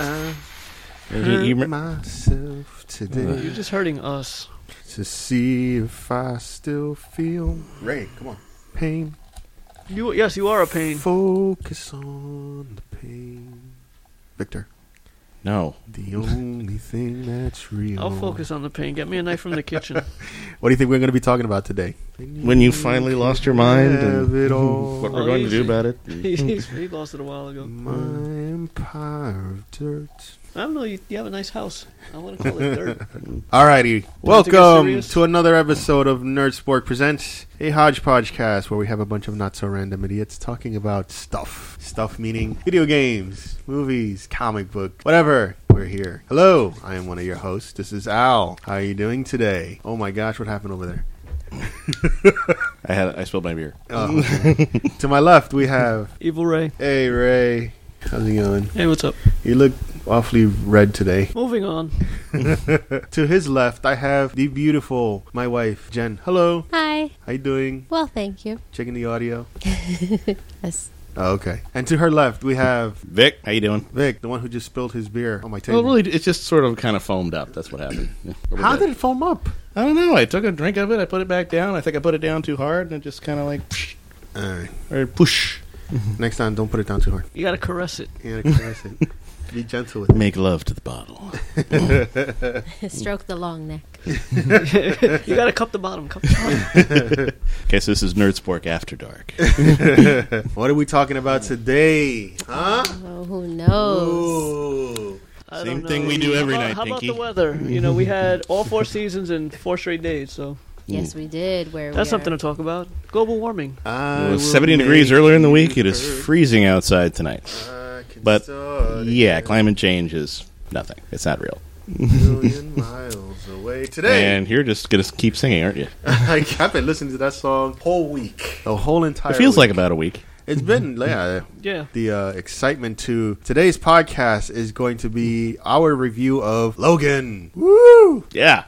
Uh, You- you Hurt rem- myself You're today just hurting us. to see if I still feel Ray, come on. pain. You yes, you are a pain. Focus on the pain. Victor, No. the only thing that's real. I'll focus on the pain. Get me a knife from the kitchen. What do you think we're going to be talking about today? When you finally lost your mind Have and it all. what Oh, we're going to easy. do about it. He's- he lost it a while ago. My empire of dirt. I don't know. You, you have a nice house. I want to call it dirt. Alrighty, Want to get welcome serious? to another episode of Nerd Sport Presents, a hodgepodge cast where we have a bunch of not so random idiots talking about stuff. Stuff meaning video games, movies, comic book, whatever. We're here. Hello, I am one of your hosts. This is Al. How are you doing today? Oh my gosh, what happened over there? I had I spilled my beer. Oh, okay. to my left, we have Evil Ray. Hey Ray. How's it going? Hey, what's up? You look awfully red today. Moving on. to his left, I have the beautiful my wife Jen. Hello. Hi. How you doing? Well, thank you. Checking the audio. Yes. Oh, okay. And to her left, we have Vic, how you doing? Vic, the one who just spilled his beer on my table. Well, really, it's just sort of kind of foamed up. That's what happened. Yeah, a little Oh, How bit. did it foam up? I don't know. I took a drink of it. I put it back down. I think I put it down too hard, and it just kind of like Alright. or push. Next time, don't put it down too hard. You got to caress it. You gotta caress it. Be gentle with it. Make love to the bottle. Stroke the long neck. you got to cup the bottom. Cup the bottom. Okay, so this is Nerd Spork After Dark. What are we talking about today? Huh? Oh, who Oh. knows? Ooh. I Same don't thing know. we do How every about- night, How about Pinky. the weather? You know, we had all four seasons in four straight days, so Yes, we did. Where that's we something Are. to talk about. Global warming. I It was will 70 degrees make earlier in the week. It you is hurt. freezing outside tonight. I can But, start Yeah, again. climate change is nothing. It's not real. million miles away today. And you're just going to keep singing, aren't you? I, have been listening to that song whole week, the whole entire. It feels week. like about a week. it's been yeah. Yeah. The uh, excitement to today's podcast is going to be our review of Logan. Woo! Yeah.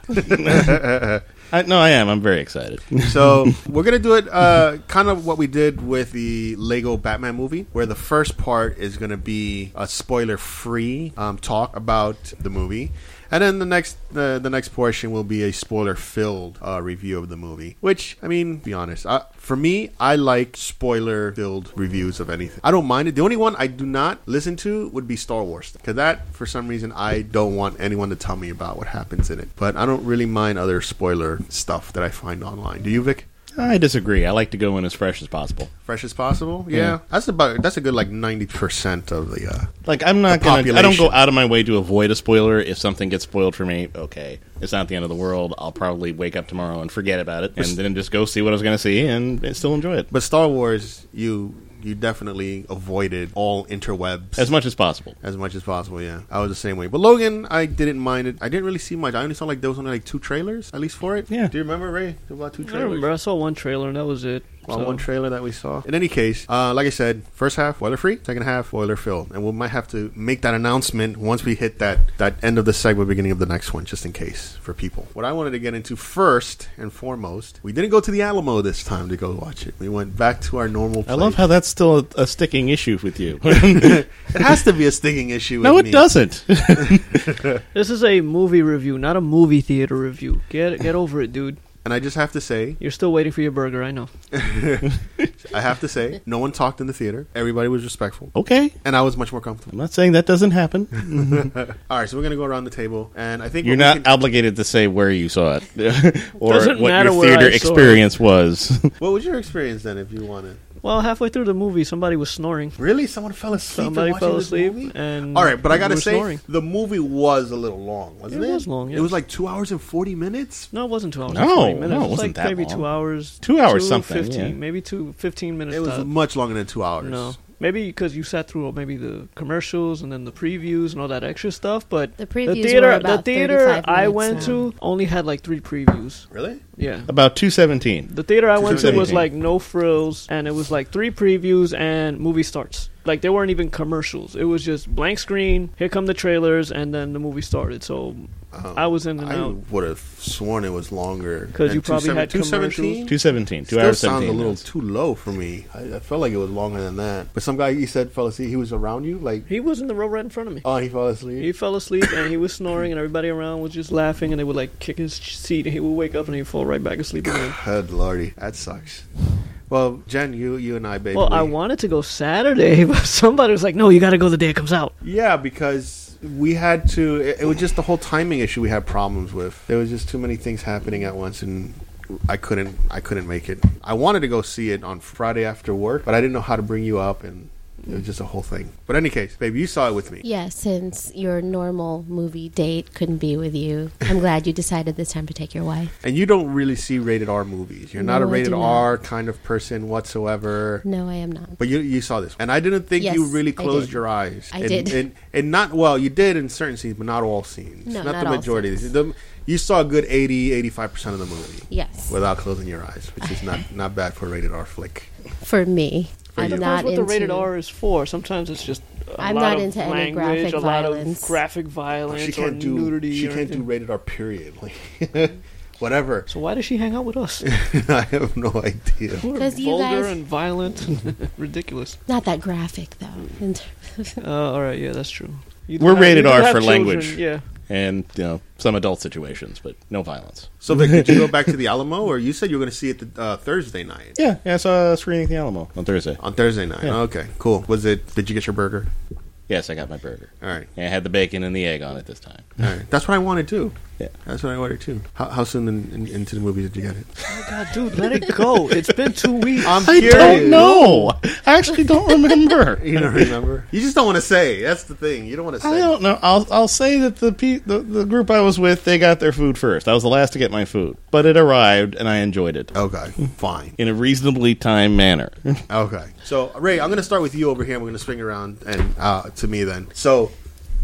I, no, I am. I'm very excited. So we're gonna do it uh, kind of what we did with the Lego Batman movie, where the first part is gonna be a spoiler-free um, talk about the movie, and then the next the, the next portion will be a spoiler-filled uh, review of the movie. Which I mean, be honest, I, for me, I like spoiler-filled reviews of anything. I don't mind it. The only one I do not listen to would be Star Wars, because that for some reason I don't want anyone to tell me about what happens in it. But I don't really mind other spoiler stuff that I find online. Do you, Vic? I disagree. I like to go in as fresh as possible. fresh as possible. Yeah, Yeah. that's about that's a good like ninety percent of the. Uh, Like I'm not The going to I don't population. go out of my way to avoid a spoiler. If something gets spoiled for me, okay. It's not the end of the world. I'll probably wake up tomorrow and forget about it and then just go see what I was going to see and and still enjoy it but Star Wars, you you definitely avoided all interwebs as much as possible. as much as possible. Yeah, I was the same way. But Logan, I didn't mind it. I didn't really see much. I only saw like there was only like two trailers at least for it. Yeah. Do you remember Ray? There were about two I trailers. remember I saw one trailer and that was it. Well, So- one trailer that we saw. In any case, uh, like I said, first half spoiler free, second half spoiler filled, and we might have to make that announcement once we hit that that end of the segment, beginning of the next one, just in case for people. What I wanted to get into first and foremost, we didn't go to the Alamo this time to go watch it. We went back to our normal. I Place. love how that's still a, a sticking issue with you. it has to be a stinging issue. no, with it me. doesn't. This is a movie review, not a movie theater review. Get get over it, dude. And I just have to say, You're still waiting for your burger. I know. I have to say, no one talked in the theater. Everybody was respectful, okay. and I was much more comfortable. I'm not saying that doesn't happen. All right, so we're gonna go around the table, and I think You're what we not can- obligated to say where you saw it or Doesn't what matter your where theater I saw it. experience was. what was your experience then, if you wanted? Well, halfway through the movie, somebody was snoring. Really, someone fell asleep. Somebody watching fell this asleep, movie? and All right, but I gotta we were say, snoring. the movie was a little long, wasn't it? It was long, yeah. It was like two hours and forty minutes. No, it wasn't two hours. No, and 40 minutes. no, it it was wasn't like that maybe long. two hours. Two hours two something, 15, yeah. Maybe two, 15 minutes. It was tops. much longer than two hours. No, maybe because you sat through maybe the commercials and then the previews and all that extra stuff. But The previews were theater, the about theater 35 I minutes went long. to only had like three previews. really? Yeah. About 217. The theater I went to was 217. like no frills, and it was like three previews and movie starts. Like there weren't even commercials. It was just blank screen. Here come the trailers, and then the movie started. So Um, I was in and I out. would have sworn it was longer. 'Cause And you probably had 217? 217. Two Still hours sounds 17. a little minutes. too low for me. I, I felt like it was longer than that. But some guy, he said, fell asleep. He was around you, like, He was in the row right in front of me. oh, he fell He asleep. fell asleep and he was snoring, and everybody around was just laughing, and they would like kick his seat, and he would wake up and he'd fall right back asleep again. Good lordy, that sucks. Well, Jen, you, you and I, baby. Well, I wanted to go Saturday, but somebody was like, "No, you got to go the day it comes out." Yeah, because we had to. It, it was just the whole timing issue we had problems with. There was just too many things happening at once, and I couldn't. I couldn't make it. I wanted to go see it on Friday after work, but I didn't know how to bring you up, and it was just a whole thing. But any case, babe, you saw it with me. Yeah, since your normal movie date couldn't be with you, I'm glad you decided this time to take your wife. And you don't really see rated R movies. You're not No, a I rated do not. R kind of person whatsoever. No, I am not. But you you saw this, and I didn't think Yes, you really I closed did. your eyes. I and, did. and, and not well. You did in certain scenes, but not all scenes. No, not, not the all majority. of scenes. The- you saw a good 80, 85 percent of the movie Yes, without closing your eyes, which is not not bad for a rated R flick. uh, for me, For I'm you. not That's what into the rated R is for. Sometimes it's just a I'm lot not of into any language, graphic a lot violence. of graphic violence Oh, She or can't do nudity. she or can't do anything. rated R period. Like, whatever. So why does she hang out with us? I have no idea. We're 'Cause you vulgar guys- and violent, and ridiculous. not that graphic though. In terms of- Uh, all right, yeah, that's true. You We're have- you rated do R have for children, language. Yeah, And, you know, some adult situations, but no violence. So Vic, did you go back to the Alamo, or you said you were going to see it the, uh, Thursday night? Yeah, yeah, I saw a screening at the Alamo on Thursday. On Thursday night. Yeah. Okay, cool. Was it? Did you get your burger? Yes, I got my burger. All right. And I had the bacon and the egg on it this time. All right. That's what I wanted too. Yeah. That's what I ordered too. How, how soon in, in, into the movie did you get it? Oh God, dude, let it go. It's been two weeks. I'm I curious. don't know. I actually don't remember. You don't remember? you just don't want to say. That's the thing. You don't want to say. I don't know. I'll I'll say that the, pe- the the group I was with they got their food first. I was the last to get my food, but it arrived and I enjoyed it Okay. Fine. in a reasonably timed manner. Okay. So Ray, I'm going to start with you over here. and We're going to swing around and uh, to me then. So,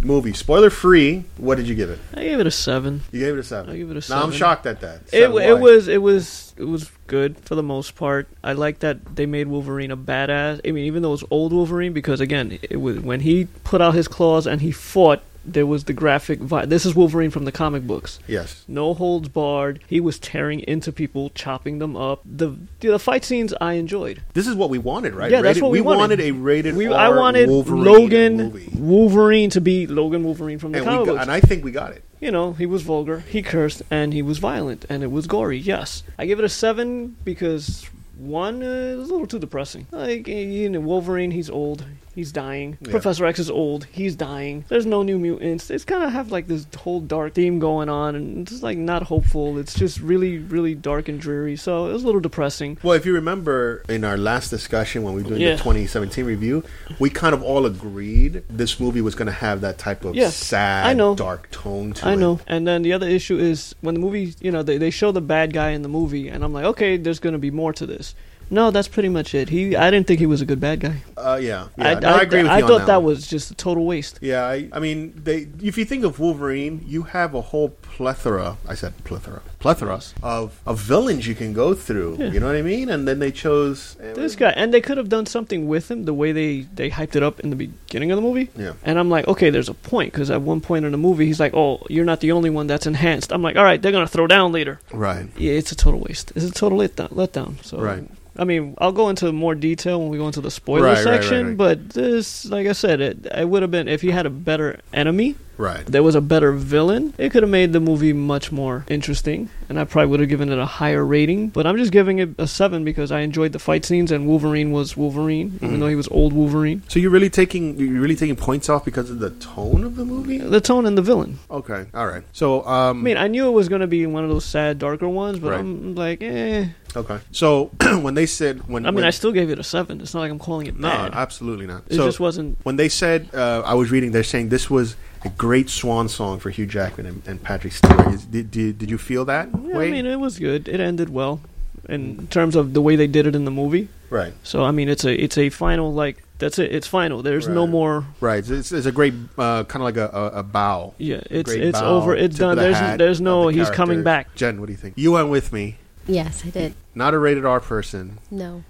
movie spoiler free. What did you give it? I gave it a seven. You gave it a seven. I give it a Now I'm seven. shocked at that. It, Seven, w- it why? was it was it was good for the most part. I like that they made Wolverine a badass. I mean, even though it's old Wolverine, because again, it was when he put out his claws and he fought. There was the graphic. Vi- this is Wolverine from the comic books. Yes. No holds barred. He was tearing into people, chopping them up. The the fight scenes I enjoyed. This is what we wanted, right? Yeah, that's Rated- what we we wanted. a rated. We, R I wanted Wolverine Logan movie. Wolverine to be Logan Wolverine from the And, we comic got, books. and I think we got it. you know, he was vulgar, he cursed, and he was violent, and it was gory. Yes, I give it a seven because one uh, is a little too depressing. Like eh, you know, Wolverine, he's old, he's dying. Yeah. Professor X is old, he's dying. There's no new mutants. It's kind of have like this whole dark theme going on, and it's just, like not hopeful. It's just really, really dark and dreary. So it was a little depressing. Well, if you remember in our last discussion when we were doing Yeah. the 2017 review, we kind of all agreed this movie was going to have that type of Yes, sad, I know. dark tone to it. I know. And then the other issue is when the movie, you know, they, they show the bad guy in the movie, and I'm like, okay, there's going to be more to this. No, that's pretty much it. He, I didn't think he was a good bad guy. Uh, yeah, yeah. I, No, I, agree with I you on thought that one. was just a total waste. Yeah, I, I mean, they. If you think of Wolverine, you have a whole plethora. I said plethora, plethora of, of villains you can go through. You know what I mean? And then they chose eh, This guy, and they could have done something with him the way they they hyped it up in the beginning of the movie. Yeah. And I'm like, okay, there's a point because at one point in the movie, he's like, oh, you're not the only one that's enhanced. I'm like, all right, they're gonna throw down later. Right. Yeah, it's a total waste. It's a total letdown. letdown. So. Right. I mean, I'll go into more detail when we go into the spoiler Right, right, right, section, right. but this, like I said, it, it would have been if he had a better enemy, Right. there was a better villain, it could have made the movie much more interesting, and I probably would have given it a higher rating. But I'm just giving it a seven because I enjoyed the fight scenes, and Wolverine was Wolverine, Mm-hmm. even though he was old Wolverine. So you're really taking you're really taking points off because of the tone of the movie? The tone and the villain. Okay. All right. So um I mean, I knew it was going to be one of those sad, darker ones, but Right. I'm like, eh. Okay. So when they said when I mean, when, I still gave it a seven. It's not like I'm calling it no, bad. absolutely not. it so just wasn't. when they said uh, I was reading, they're saying this was a great swan song for Hugh Jackman and, and Patrick Stewart. Is, did, did did you feel that? Yeah, I way? mean, it was good. It ended well, in terms of the way they did it in the movie. right, So I mean, it's a it's a final like that's it. It's final. There's no Right. more right. It's, it's a great uh, kind of like a, a, a bow. Yeah, it's Great it's bow, over. It's tip done. of the There's hat there's of no. the He's coming character. back. Jen, what do you think? You went with me. yes, I did. Not a rated R person. No,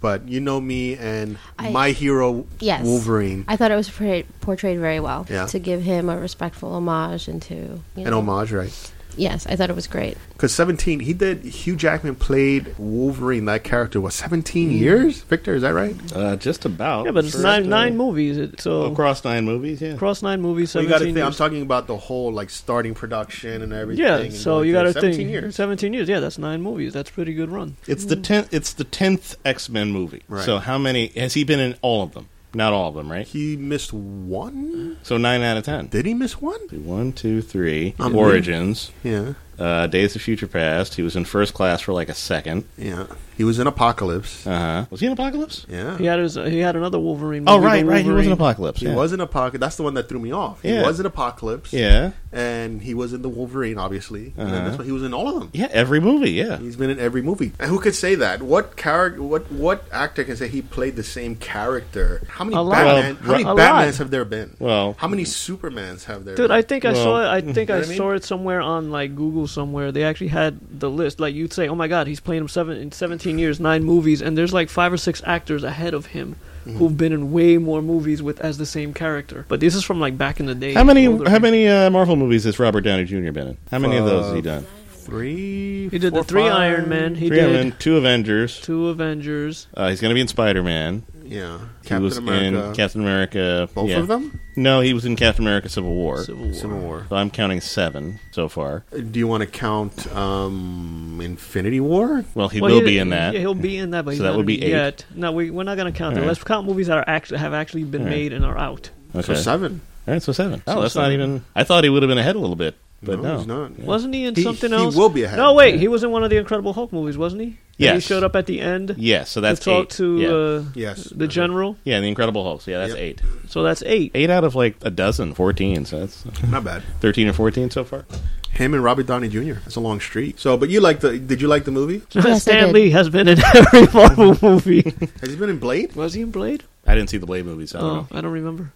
but you know me and I- my hero Yes. Wolverine. I thought it was portrayed, portrayed very well. Yeah. To give him a respectful homage and to you An know- homage, right? Yes, I thought it was great. Because 17, he did. Hugh Jackman played Wolverine, that character, was 17 years? Victor, is that right? Uh, just about. Yeah, but it's First, nine uh, nine movies. It, so Across nine movies, yeah. cross nine movies. Well, you Seventeen. got to think. I'm years. talking about the whole like starting production and everything. yeah, and so going you through got to 17 think years. seventeen years. Yeah, that's nine movies. That's pretty good run. It's the tenth. It's the tenth X Men movie. Right. So how many has he been in? All of them? Not all of them, right? He missed one. So nine out of ten. Did he miss one? One, two, three. Um, Origins. Yeah, Uh, Days of Future Past. He was in First Class for like a second. yeah. He was in Apocalypse. Uh huh. Was he in Apocalypse? Yeah, He had his, he had another Wolverine. Oh movie, right, the right. He was in Wolverine- Apocalypse. He yeah. was in Apocalypse. That's the one that threw me off. Yeah. He was in Apocalypse. Yeah. and he was in the Wolverine, obviously. And then Uh-huh. that's why he was in all of them. Yeah. Every movie. Yeah. He's been in every movie. And who could say that? What character? What what actor can say he played the same character? How many A lot. Batman? Well, How many a lot. Batmans have there been? Well- how many Supermans have there? Dude, been? I think I saw Well, it. I think I know what I mean? saw it somewhere on like Google somewhere. They actually had the list. Like you'd say, "Oh my God, he's playing him seven in seventeen years, nine movies," and there's like five or six actors ahead of him who've been in way more movies with as the same character. But this is from like back in the day. How many? older How people. many uh, Marvel movies has Robert Downey Jr. been in? How many of those has he done? three. He did four, the three five. Iron Man. He Three did Iron Man, two Avengers. two Avengers. Uh, he's going to be in Spider Man. Yeah, He was in Captain America. Both yeah. of them. No, he was in Captain America: Civil War. Civil War. Civil War. So I'm counting seven so far. Do you want to count um, Infinity War? Well, he Well, will be in that. Yeah, he'll be in that, but So he's that not would in be it eight. yet. No, we, we're not gonna count All it. right. Let's count movies that are actually have actually been All right. made and are out. okay. So seven. All right, so seven. Oh, So that's not seven. even. I thought he would have been ahead a little bit, but no, no, he's not. Wasn't he in He- something he else? will be ahead. No, wait, he was in one of the Incredible Hulk movies, wasn't he? Yeah. He Yes. showed up at the end Yeah, so that's to talk eight. to yeah. uh, Yes. the general. yeah, the Incredible Hulk. So yeah, that's Yep. eight. So that's eight. Eight out of like a dozen, fourteen. So that's Not bad. thirteen or fourteen so far. Him and Robbie Downey Jr. That's a long street. So, but you like the? Did you like the movie? Yes, I Stan did. Lee has been in every Marvel movie. Has he been in Blade? was he in Blade? I didn't see the Blade movies. So I don't Oh, know. I don't remember.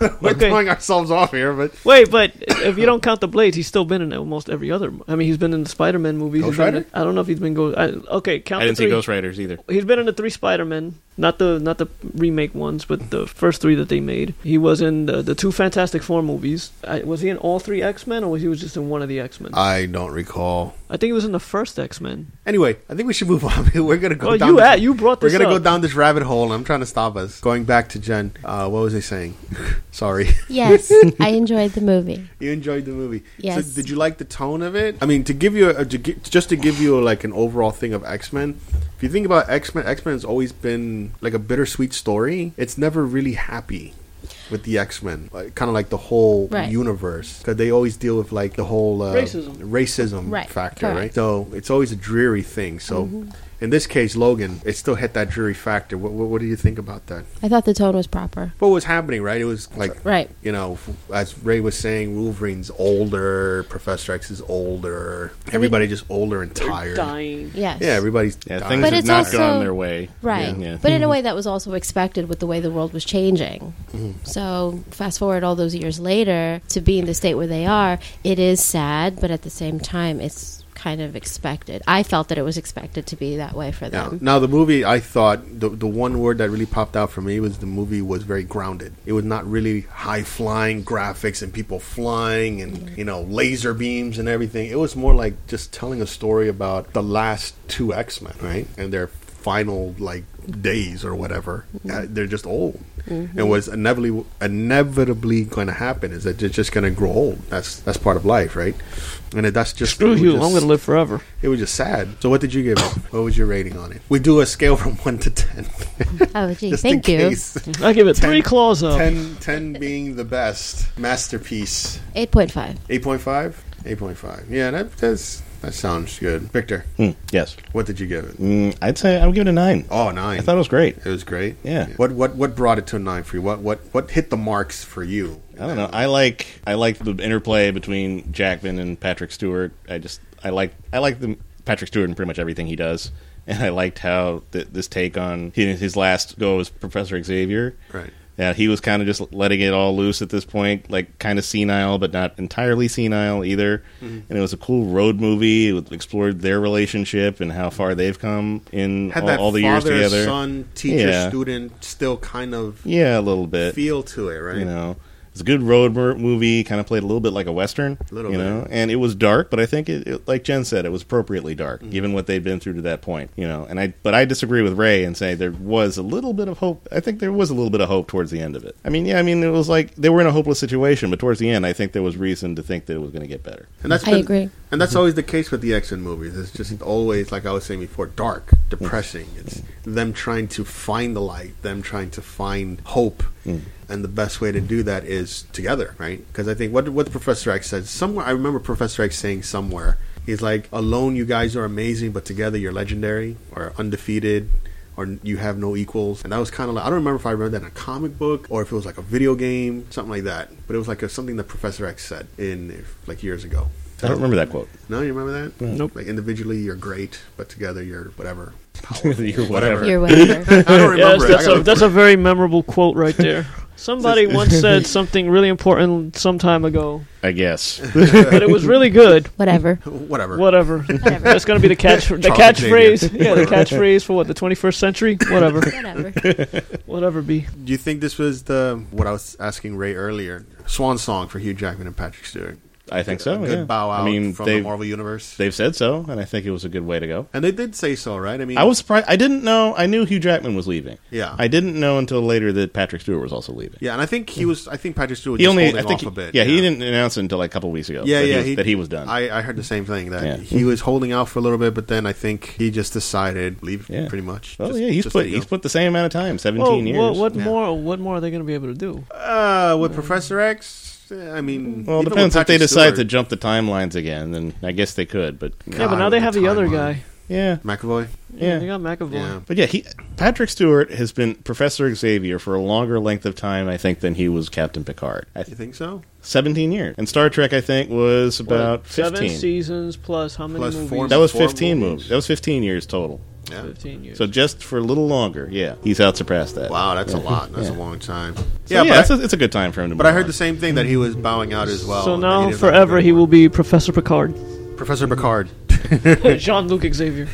We're Okay. throwing ourselves off here, but Wait, but if you don't count the Blades, he's still been in almost every other. mo- I mean, he's been in the Spider-Man movies. Ghost He's been in- Rider? I don't know if he's been Ghost. I, okay, count I didn't the see three. Ghost Riders either. He's been in the three Spider-Men, not the not the remake ones, but the first three that they made. He was in the, the two Fantastic Four movies. I, was he in all three X-Men, or was he was just in one of the X-Men? I don't recall. I think he was in the first X-Men. Anyway, I think we should move on. We're gonna go. Well, down you this, at, you brought We're this gonna up. go down this rabbit hole. and I'm trying to stop us. Going back to Jen. Uh, what was I saying? Sorry. Yes, I enjoyed the movie. You enjoyed the movie. Yes. So did you like the tone of it? I mean, to give you a, to gi- just to give you like an overall thing of X Men. If you think about X Men, X Men has always been like a bittersweet story. It's never really happy with the X Men, like, kind of like the whole Right. universe, because they always deal with like the whole uh, Racism. racism Right, factor, correct. Mm-hmm. right? So it's always a dreary thing. So. In this case, Logan, it still hit that dreary factor. What, what, what do you think about that? I thought the tone was proper. What was happening, right? It was like Right. you know, f- as Ray was saying, Wolverine's older, Professor X is older, everybody just older and tired. Dying. Yes. Yeah, everybody's Yeah, dying. things But have it's not also- gone their way. Right. Yeah. But in a way, that was also expected with the way the world was changing. So, fast forward all those years later to be in the state where they are, it is sad, but at the same time, it's kind of expected. I felt that it was expected to be that way for now, them. now the movie, I thought the the one word that really popped out for me was the movie was very grounded. It was not really high flying graphics and people flying and you know laser beams and everything. It was more like just telling a story about the last two X Men, right, and their final like days or whatever. Mm-hmm. Uh, they're just old. And what's inevitably inevitably going to happen is that they're just going to grow old. That's that's part of life, right? And it- that's just it Screw was you! just- I'm gonna live forever. it was just sad. So what did you give it? What was your rating on it? We do a scale from one to ten. Oh, gee, just thank in you. case. I give it three Ten- claws up. 10, 10 being the best masterpiece. 8.5. Eight point five. Eight point five. Yeah, that that's, that sounds good. Victor, Hmm, yes. what did you give it? Mm, I'd say I would give it a nine. Oh, nine. I thought it was great. it was great. Yeah. What what what brought it to a nine for you? What what what hit the marks for you? I don't know. I like I like the interplay between Jackman and Patrick Stewart. I just I like I like the Patrick Stewart in pretty much everything he does, and I liked how th- this take on his, his last go as Professor Xavier, Right. Yeah, he was kind of just letting it all loose at this point, like kind of senile, but not entirely senile either. Mm-hmm. And it was a cool road movie. It explored their relationship and how far they've come in Had all, that all the years father, together. son, teacher, Yeah. student still kind of yeah, a little bit. feel to it, right? You know, it's a good road mer- movie. Kind of played a little bit like a western. Little you bit. know, and it was dark, but I think it, it like Jen said, it was appropriately dark Mm-hmm. given what they'd been through to that point. You know, and I but I disagree with Ray and say there was a little bit of hope. I think there was a little bit of hope towards the end of it. I mean, yeah, I mean it was like they were in a hopeless situation, but towards the end, I think there was reason to think that it was going to get better. And that's I been- agree. And that's always the case with the X Men movies. It's just always, like I was saying before, dark, depressing. It's them trying to find the light, them trying to find hope, and the best way to do that is together, right? Because I think what what Professor X said somewhere. I remember Professor X saying somewhere. He's like, alone, you guys are amazing, but together, you're legendary or undefeated. Or you have no equals, and that was kind of like I don't remember if I read that in a comic book or if it was like a video game, something like that. But it was like a, something that Professor X said in like years ago. I don't remember that quote. No, you remember that? Nope. Like individually, you're great, but together, you're whatever. You're whatever. You're whatever. I don't Yes, remember. it. I that's gotta a, that's a very memorable quote right there. Somebody once said something really important some time ago, I guess. but it was really good. whatever. whatever. Whatever. That's going to be the catch the Charles catchphrase. Xavier. Yeah, the catchphrase for what the 21st century. Whatever. Whatever. Whatever be. Do you think this was the what I was asking Ray earlier? Swan song for Hugh Jackman and Patrick Stewart. I think so. A good yeah. bow out I mean, from the they've, Marvel universe. they've said so, and I think it was a good way to go. and they did say so, right? I mean, I was surprised. I didn't know. I knew Hugh Jackman was leaving. Yeah. I didn't know until later that Patrick Stewart was also leaving. Yeah, and I think he was. I think Patrick Stewart was He just only. holding I think. off a bit. yeah, he didn't announce it until like a couple weeks ago. Yeah, that yeah, he was, that he was done. I, I heard the same thing that Yeah. he was holding out for a little bit, but then I think he just decided leave Yeah. pretty much. well, Just- yeah, he's just put let it he's go. put the same amount of time, Well, seventeen Oh, what, years. what Yeah. more? What more are they going to be able to do? uh, with Professor X. eh, I mean, well, it even with depends if they Patrick decide to Stewart, jump the timelines again. Then I guess they could, but yeah, but God, now they have the, other timeline. guy. yeah, McAvoy. They yeah. got McAvoy. Yeah. But yeah, he Patrick Stewart has been Professor Xavier for a longer length of time, I think, than he was Captain Picard. I, You think so? Seventeen years, and Star Trek, I think, was What, about seven fifteen. seasons plus how many Plus movies? four that was Four fifteen movies. movies. That was fifteen years total. Yeah. Fifteen years. So just for a little longer, yeah, he's out surpassed that. Wow, that's a lot. That's Yeah. a long time. So, yeah, but, it's, I, a, it's a good time for him to. but move I heard on. the same thing that he was bowing out as well. So and now that didn't have a forever good he will one. be Professor Picard, Professor Picard, Jean Luc Xavier.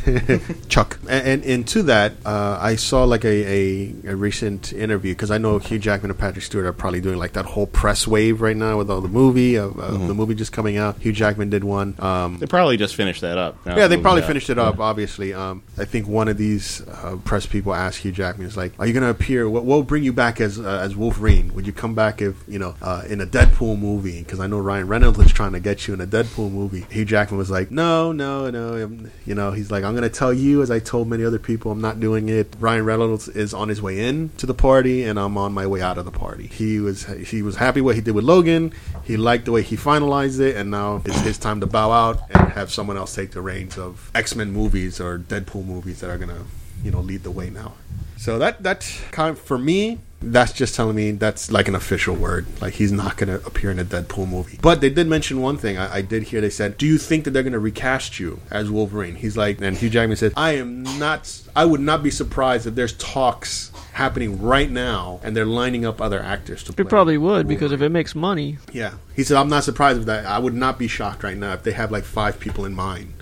Chuck, and, and into that, uh, I saw like a, a, a recent interview because I know Hugh Jackman and Patrick Stewart are probably doing like that whole press wave right now with all the movie of, of Mm-hmm. the movie just coming out. Hugh Jackman did one. Um, They probably just finished that up. uh, Yeah, they probably finished it up. Obviously, um, I think one of these uh, press people asked Hugh Jackman, "Is like, are you going to appear? What will bring you back as uh, as Wolverine? Would you come back if you know uh, in a Deadpool movie? Because I know Ryan Reynolds was trying to get you in a Deadpool movie." Hugh Jackman was like, "No, no, no. um, You know, he's like, I'm going to tell you, as I told many other people, I'm not doing it. Ryan Reynolds is on his way in to the party, and I'm on my way out of the party. He was he was happy what he did with Logan. He liked the way he finalized it, and now it's his time to bow out and have someone else take the reins of X Men movies or Deadpool movies that are gonna you know lead the way now. So that that's kind of, for me. That's just telling me that's like an official word. Like he's not going to appear in a Deadpool movie. But they did mention one thing. I, I did hear they said, "Do you think that they're going to recast you as Wolverine?" He's like, and Hugh Jackman says, "I am not. I would not be surprised if there's talks happening right now, and they're lining up other actors to play." It probably would because if it makes money, Yeah, he said, "I'm not surprised with that. I would not be shocked right now if they have like five people in mind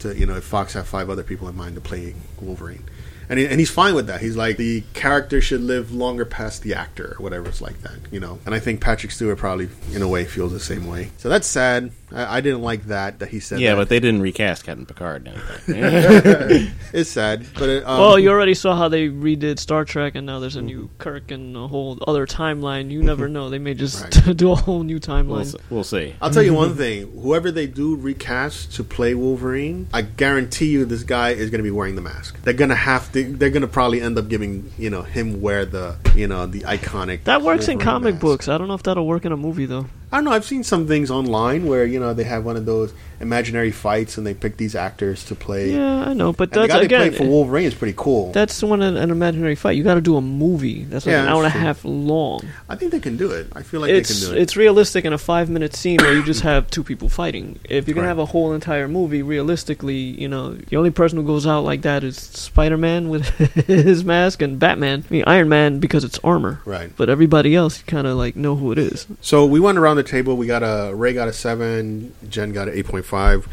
to, you know, if Fox have five other people in mind to play Wolverine." And, he, and he's fine with that. He's like the character should live longer past the actor or whatever it's like that, you know. And I think Patrick Stewart probably, in a way, feels the same way. So that's sad. I, I didn't like that that he said. Yeah, that. but they didn't recast Captain Picard. and everything. it's sad. But it, um, Mm-hmm. well, you already saw how they redid Star Trek, and now there's a new Kirk and a whole other timeline. You never know; they may just do a whole new Mm-hmm. we'll, timeline. s- we'll see. I'll tell you Mm-hmm. one thing. Whoever they do recast to play Wolverine, I guarantee you this guy is going to be wearing the mask. They're going to have to. They're going to probably end up giving you know him wear the you know the iconic. That works in Wolverine comic mask. books. I don't know if that'll work in a movie though. I don't know. I've seen some things online where you know they have one of those imaginary fights, and they pick these actors to play. Yeah, I know, but And the that's guy they again. eh, played for Wolverine is pretty cool. that's one an, an imaginary fight. You got to do a movie. That's like Yeah, an hour and a that's true. half long. I think they can do it. I feel like they it's can do it. it's realistic in a five minute scene where you just have two people fighting. If you're gonna Right. have a whole entire movie, realistically, you know, the only person who goes out like that is Spider Man with his mask and Batman. I mean Iron Man because it's armor. Right. But everybody else you kinda like know who it is. So we went around the table. We got a Ray got a seven, Jen got an eight point five,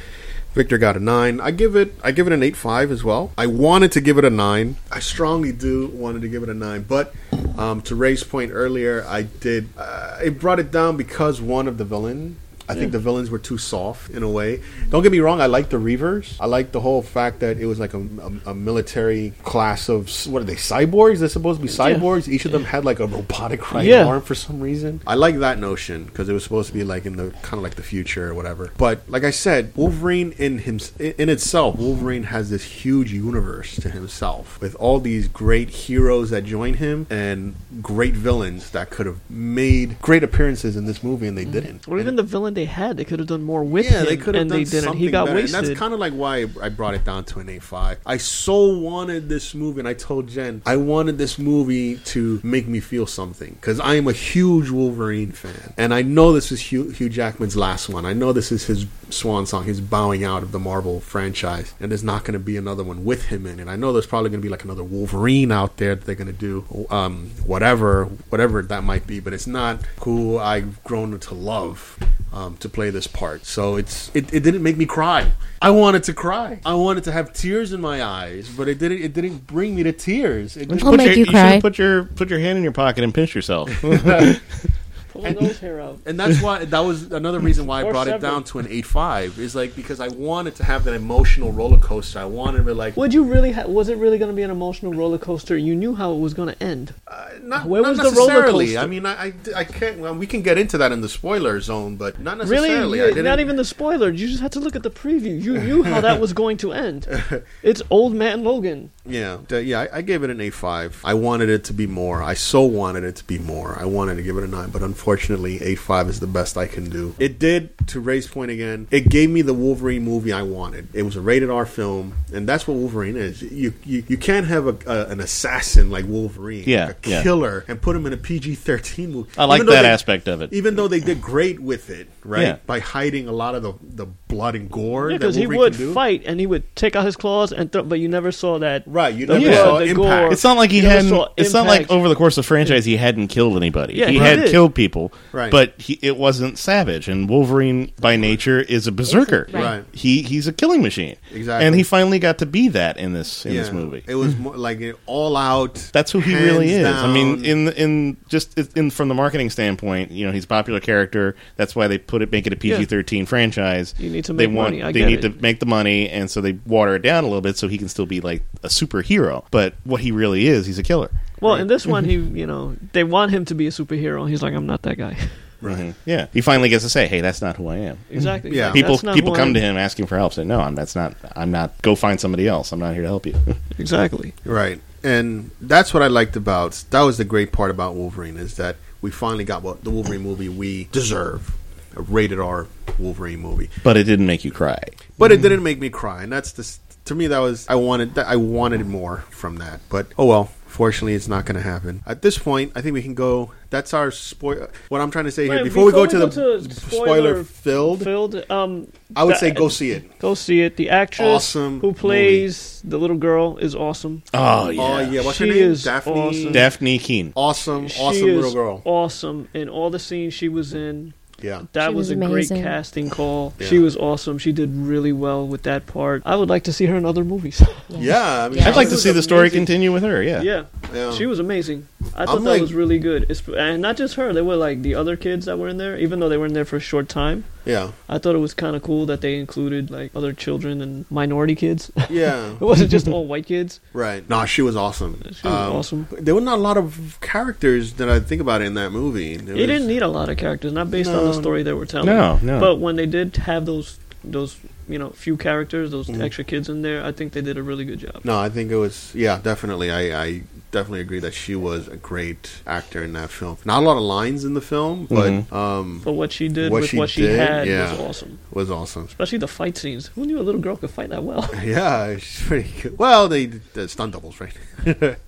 Victor got a nine. I give it I give it an eight five as well. I wanted to give it a nine. I strongly do wanted to give it a nine, but um, to Ray's point earlier, I did. Uh, it brought it down because one of the villain. I think the villains were too soft in a way. Don't get me wrong. I like the Reavers. I like the whole fact that it was like a, a, a military class of s- what are they? Cyborgs? They're supposed to be cyborgs. Each of them had like a robotic right Yeah. arm for some reason. I like that notion because it was supposed to be like in the kind of like the future or whatever. But like I said, Wolverine in him in itself, Wolverine has this huge universe to himself with all these great heroes that join him and great villains that could have made great appearances in this movie and they didn't. Or even the villain they had, they could have done more with yeah, him they could have and done they didn't. something He got better. wasted. And that's kind of like why I brought it down to an eight five. I so wanted this movie, and I told Jen I wanted this movie to make me feel something because I am a huge Wolverine fan, and I know this is Hugh, Hugh Jackman's last one. I know this is his swan song. He's bowing out of the Marvel franchise, and there's not going to be another one with him in it. I know there's probably going to be like another Wolverine out there that they're going to do, um, whatever, whatever that might be. But it's not who I've grown to love um, to play this part. So it's it, it didn't make me cry. I wanted to cry. I wanted to have tears in my eyes, but it didn't. It didn't bring me to tears. It I'll didn't, Put make your- you should've cry. put your put your hand in your pocket and pinch yourself. Pull those hair out. and that's why that was another reason why I Or brought it seven. down to an eight five. Is like because I wanted to have that emotional roller coaster. I wanted to be like Would you really? Ha- was it really going to be an emotional roller coaster? You knew how it was going to end. Uh, not, where not was the roller necessarily. coaster? I mean, I, I, I can't. Well, we can get into that in the spoiler zone, but not Really, necessarily. I You- didn't, not even the spoiler. You just had to look at the preview. You knew how that was going to end. It's old man Logan. Yeah, d- yeah, I, I gave it an A five. I wanted it to be more. I so wanted it to be more. I wanted to give it a nine, but unfortunately, A five is the best I can do. It did, to Ray's point again, it gave me the Wolverine movie I wanted. It was a rated R film, and that's what Wolverine is. You you, you can't have a, a, an assassin like Wolverine, Yeah, like a yeah. killer, and put him in a PG thirteen movie. I like Even though that they- aspect of it. Even though they did great with it, right, Yeah. by hiding a lot of the, the blood and gore. Yeah, that because he Wolverine would can do. fight and he would take out his claws and throw. But you never saw that. Right, you The never blood, saw the impact. gore. It's not like he You never had. It's saw not like impact. over the course of the franchise he hadn't killed anybody. Yeah, he he had did. killed people, Right. But he, it wasn't savage. And Wolverine, by nature, is a berserker. Right. Right. He he's a killing machine. Exactly. And he finally got to be that in this in this Yeah. movie. It was more like an all out. That's who he hands really is. I mean, down- in in just in from the marketing standpoint, you know, he's a popular character. That's why they put it make it a PG thirteen franchise. You need to they make want money. I they get need it. to make the money, and so they water it down a little bit so he can still be like a superhero. But what he really is, he's a killer. Well, in this one, he Mm-hmm. you know they want him to be a superhero. and He's like, I'm not that guy. Right. Mm-hmm. Yeah. He finally gets to say, "Hey, that's not who I am." exactly. Yeah. Like, People that's not people who I come am. to him asking for help. Say, "No, I'm that's not. I'm not. Go find somebody else. I'm not here to help you." Exactly. right, and that's what I liked about. That was the great part about Wolverine is that we finally got what the Wolverine movie we deserve, a rated R Wolverine movie. but it didn't make you cry. but Mm-hmm. it didn't make me cry and that's just to me that was i wanted that i wanted more from that but oh well fortunately it's not going to happen at this point i think we can go that's our spoil what i'm trying to say here Wait, before, we go to the spoiler filled filled, um, i would that- say go see it go see it. The actress Awesome who movie. plays the little girl is awesome. Oh yeah. oh yeah what's her She name is awesome. Daphne Keen. awesome She awesome is little girl Awesome in all the scenes she was in. yeah That She was, was a amazing. great casting call. Yeah. She was awesome. She did really well with that part. I would like to see her in other movies. yeah i mean I'd she I'd like to was see the story amazing. continue with her. Yeah. yeah. Yeah. She was amazing. I thought I'm that like- was really good. It's- And not just her, there were like the other kids that were in there, even though they were in there for a short time. yeah I thought it was kind of cool that they included like other children and minority kids. it yeah wasn't just all white kids. Right. No, she was awesome. Um, She was awesome. There were not a lot of characters that I think about in that movie. It You didn't need a lot of characters, not based on No. the story they were telling. No, no. But when they did have those those you know few characters, those Mhm. extra kids in there. I think they did a really good job. No, I think it was. Yeah, definitely. I, I definitely agree that she was a great actor in that film. Not a lot of lines in the film, but Mhm. um, But what she did What with she what she did, had yeah. was awesome. was awesome. Especially the fight scenes. Who knew a little girl could fight that well? Yeah, she's pretty good. Well, they the stunt doubles, right?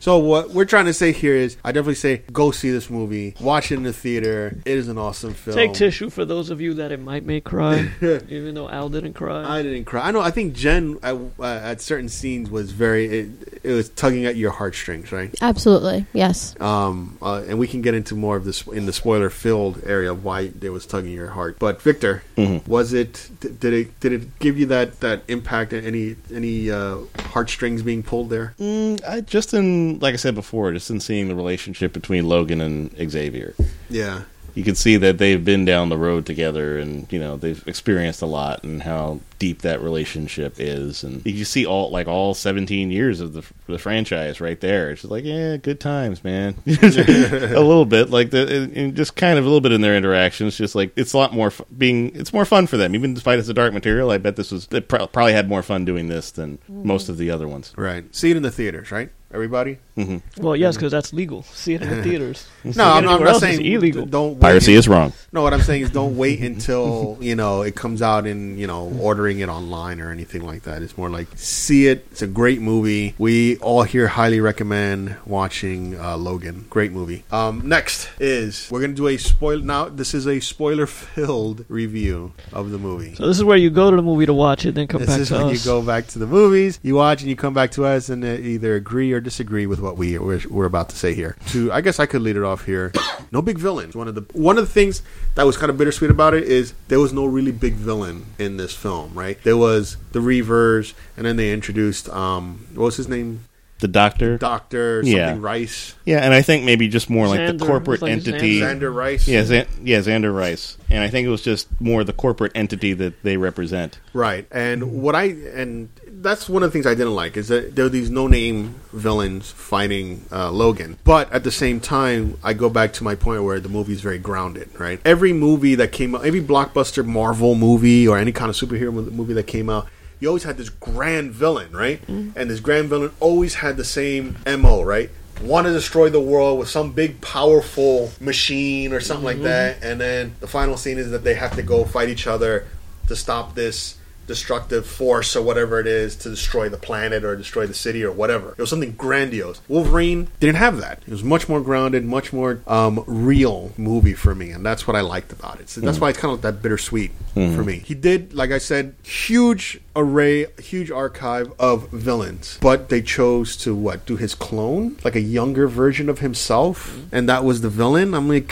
so what we're trying to say here is, I definitely say go see this movie, watch it in the theater. It is an awesome film. Take tissue for those of you that it might make cry. even though Al didn't cry. I didn't cry. I know. I think Jen at, uh, at certain scenes was very. It, it was tugging at your heartstrings, right? Absolutely, yes. Um, uh, and we can get into more of this in the spoiler filled area why it was tugging your heart. But Victor, Mhm. was it? d- Did it? Did it give you that that impact? Any any uh, heartstrings being pulled there? Mm, I just in like I said before, just in seeing the relationship between Logan and Xavier, Yeah. you can see that they've been down the road together, and you know they've experienced a lot, and how deep that relationship is, and you see all like all seventeen years of the the franchise right there. It's just like yeah, good times, man. a little bit like the and- and just kind of a little bit in their interactions. Just like it's a lot more f- being it's more fun for them, even despite it's a dark material. I bet this was they pro- probably had more fun doing this than most of the other ones. Right. See it in the theaters, right? Everybody. hmm well, yes, Mm. because that's legal. See it in the theaters. No, I'm, I'm anywhere not else is saying illegal. Don't wait. Piracy is wrong. No, what I'm saying is don't wait until you know it comes out in you know ordering it online or anything like that. It's more like see it. It's a great movie. We all here highly recommend watching uh, Logan. Great movie. Um, next is we're gonna do a spoil. Now this is a spoiler filled review of the movie. So this is where you go to the movie to watch it, then come This back is to when us. you go back to the movies, you watch, and you come back to us and uh, either agree or disagree with what we we're, we're about to say here. To I guess I could lead it off here. No big villains. One of the one of the things that was kind of bittersweet about it is there was no really big villain in this film, right? There was the Reavers, and then they introduced um what was his name, The Doctor. Doctor something Yeah. Rice, yeah, and I think maybe just more like Xander. the corporate It's like entity. Xander Rice, Yeah, Xan- yeah, Xander Rice, and I think it was just more the corporate entity that they represent. Right. And what I and that's one of the things I didn't like is that there are these no-name villains fighting uh, Logan. But at the same time, I go back to my point where the movie is very grounded, right? Every movie that came out, every blockbuster Marvel movie or any kind of superhero mo- movie that came out, you always had this grand villain, right? And this grand villain always had the same MO, right? want to destroy the world with some big powerful machine or something like that and then the final scene is that they have to go fight each other to stop this destructive force or whatever it is to destroy the planet or destroy the city or whatever it was something grandiose wolverine didn't have that it was much more grounded much more um, real movie for me and that's what i liked about it so that's why it's kind of that bittersweet for me he did like i said huge array huge archive of villains but they chose to what do his clone like a younger version of himself and that was the villain i'm like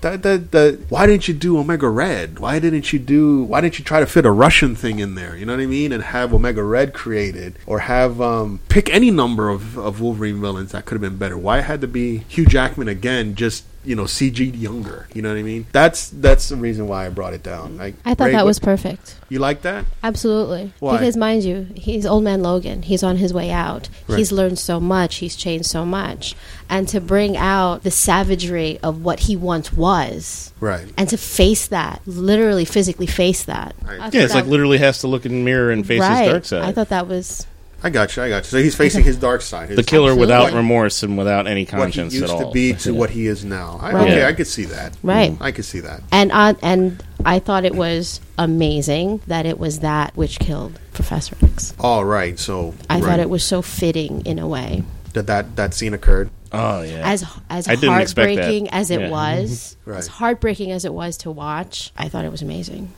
that, that, that why didn't you do omega red why didn't you do why didn't you try to fit a russian thing in there you know what i mean and have omega red created or have um, pick any number of, of wolverine villains that could have been better why it had to be hugh jackman again just you know cg younger you know what i mean that's that's the reason why i brought it down Like, I thought Ray, that what- was perfect. you like that Absolutely. Why? Because mind you, he's old man Logan. He's on his way out. Right. He's learned so much, he's changed so much. And to bring out the savagery of what he once was right and to face that, literally physically face that. Right. I Yeah, thought it's like that- literally has to look in the mirror and face right. his dark side. I thought that was i got you i got you so he's facing his dark side his, the killer Absolutely. without What- remorse and without any what he conscience used at all. to be to what he is now I, Right. okay Yeah. i could see that Right. i could see that and on and I thought it was amazing that it was that which killed Professor X. all right so I right. thought it was so fitting in a way. that that, that scene occurred oh yeah, as as I didn't expect that. heartbreaking as it Yeah. was, Mm-hmm. Right. as heartbreaking as it was to watch, I thought it was amazing.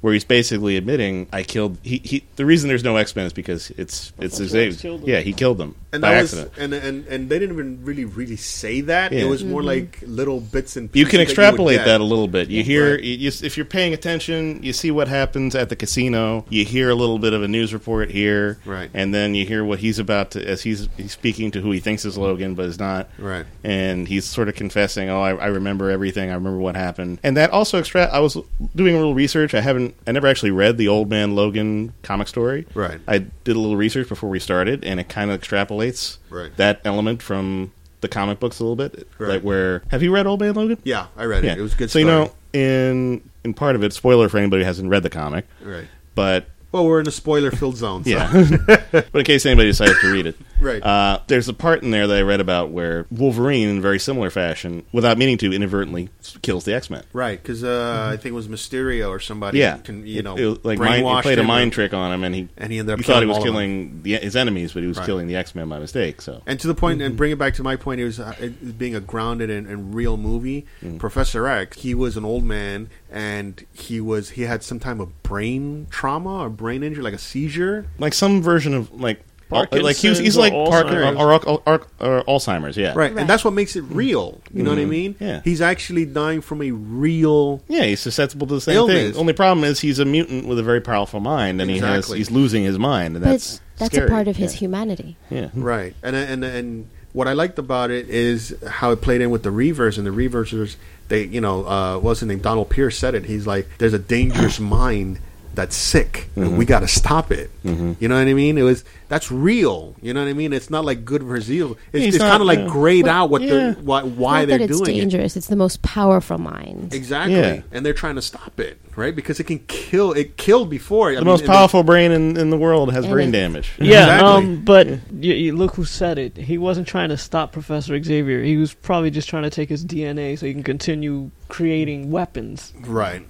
where he's basically admitting I killed. He, he the reason there's no X Men is because it's it's Professor Xavier. X killed him. Yeah, he killed them and by that accident. was and, and and they didn't even really really say that Yeah. it was Mm-hmm. more like little bits and you can pieces that would extrapolate get. that a little bit. You hear, Right. you, you, if you're paying attention, you see what happens at the casino. You hear a little bit of a news report here, Right. And then you hear what he's about to, as he's he's speaking to who he thinks is Logan, but is not, Right. And he's sort of confessing, "Oh, I, I remember everything. I remember what happened." And that also extra. I was doing a little research. I haven't, I never actually read the Old Man Logan comic story, Right. I did a little research before we started, and it kind of extrapolates Right. that element from. The comic books a little bit, Right. like where have you read Old Man Logan? yeah i read it it was a good So you story. know, in in part of it. Spoiler for anybody who hasn't read the comic, Right. but Well, we're in a spoiler-filled zone. So. yeah. but in case anybody decides to read it, Right. Uh, there's a part in there that I read about where Wolverine, in a very similar fashion, without meaning to, inadvertently s- kills the X Men. Right, because uh, I think it was Mysterio or somebody. Yeah, can, you It- know, it was like mind, brainwashed he played a him mind and- trick on him, and he and he ended up you thought he killing was all of them. killing the, his enemies, but he was Right. killing the X Men by mistake. So And to the point, and bring it back to my point, it was uh, it being a grounded and, and real movie. Professor X, he was an old man, and he was he had some type of brain trauma or brain injury, like a seizure. like some version of like al- like he was, he's Parkinson's or like Parker Alzheimer's. or, or, or, or Alzheimer's, yeah, Right, Right. and that's what makes it real. You know what I mean? Yeah. He's actually dying from a real. Yeah, he's susceptible to the same Illness. thing. Only problem is he's a mutant with a very powerful mind, and Exactly. he has he's losing his mind, and But that's it's- that's a scary. part of his Yeah. humanity. Yeah. Right, and uh, and and what I liked about it is how it played in with the Reavers, and the Reavers, they you know, uh, what's his name? Donald Pierce said it. He's like, "There's a dangerous mind that's sick, Mm-hmm. and we got to stop it." You know what I mean? It was that's real. You know what I mean? It's not like good versus evil. It's, He's it's not- kind of like yeah. grayed out what they're yeah. why, why Not they're that it's doing it. dangerous. It's the most powerful mind. Exactly, Yeah. and they're trying to stop it, right? Because it can kill. It killed before. The most powerful brain in, in the world has And brain it- damage. Yeah, Exactly. um, but You, you look who said it. He wasn't trying to stop Professor Xavier. He was probably just trying to take his DNA so he can continue creating weapons. right?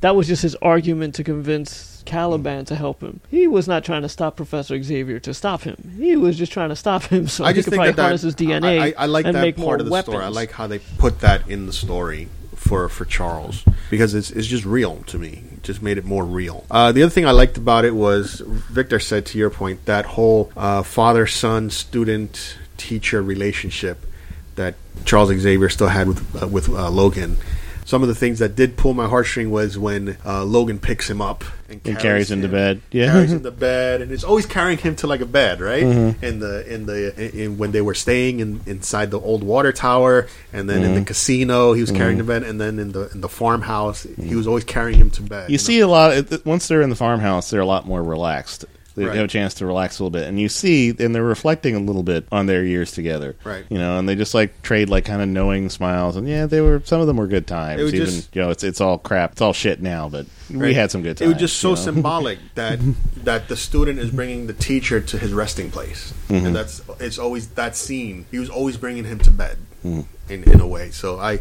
That was just his argument to convince Caliban to help him. He was not trying to stop Professor Xavier to stop him. He was just trying to stop him so I he just could think probably that, that harness his DNA I, I, I like and that make more part of the weapons. story. I like how they put that in the story for for Charles because it's it's just real to me. It just made it more real. Uh, the other thing I liked about it was Victor said to your point that whole uh, father son student teacher relationship that Charles Xavier still had with uh, with uh, Logan. Some of the things that did pull my heartstring was when uh, Logan picks him up and And carries him to bed. Yeah. carries him to bed, and it's always carrying him to like a bed, right? Mm-hmm. In the in the in, in- when they were staying in, inside the old water tower, and then Mm-hmm. in the casino, he was carrying him to bed, and then in the in the farmhouse, he was always carrying him to bed. Mm-hmm. You see a lot it- once they're in the farmhouse, they're a lot more relaxed. They Right. have a chance to relax a little bit, and you see, and they're reflecting a little bit on their years together. Right. You know, and they just like trade like kind of knowing smiles, and yeah, they were some of them were good times. It was even just- you know, it's it's all crap, it's all shit now, but we Right. had some good It times. was just so you know? symbolic that that the student is bringing the teacher to his resting place, Mm-hmm. and that's it's always that scene. He was always bringing him to bed, Mm. in in a way. So I,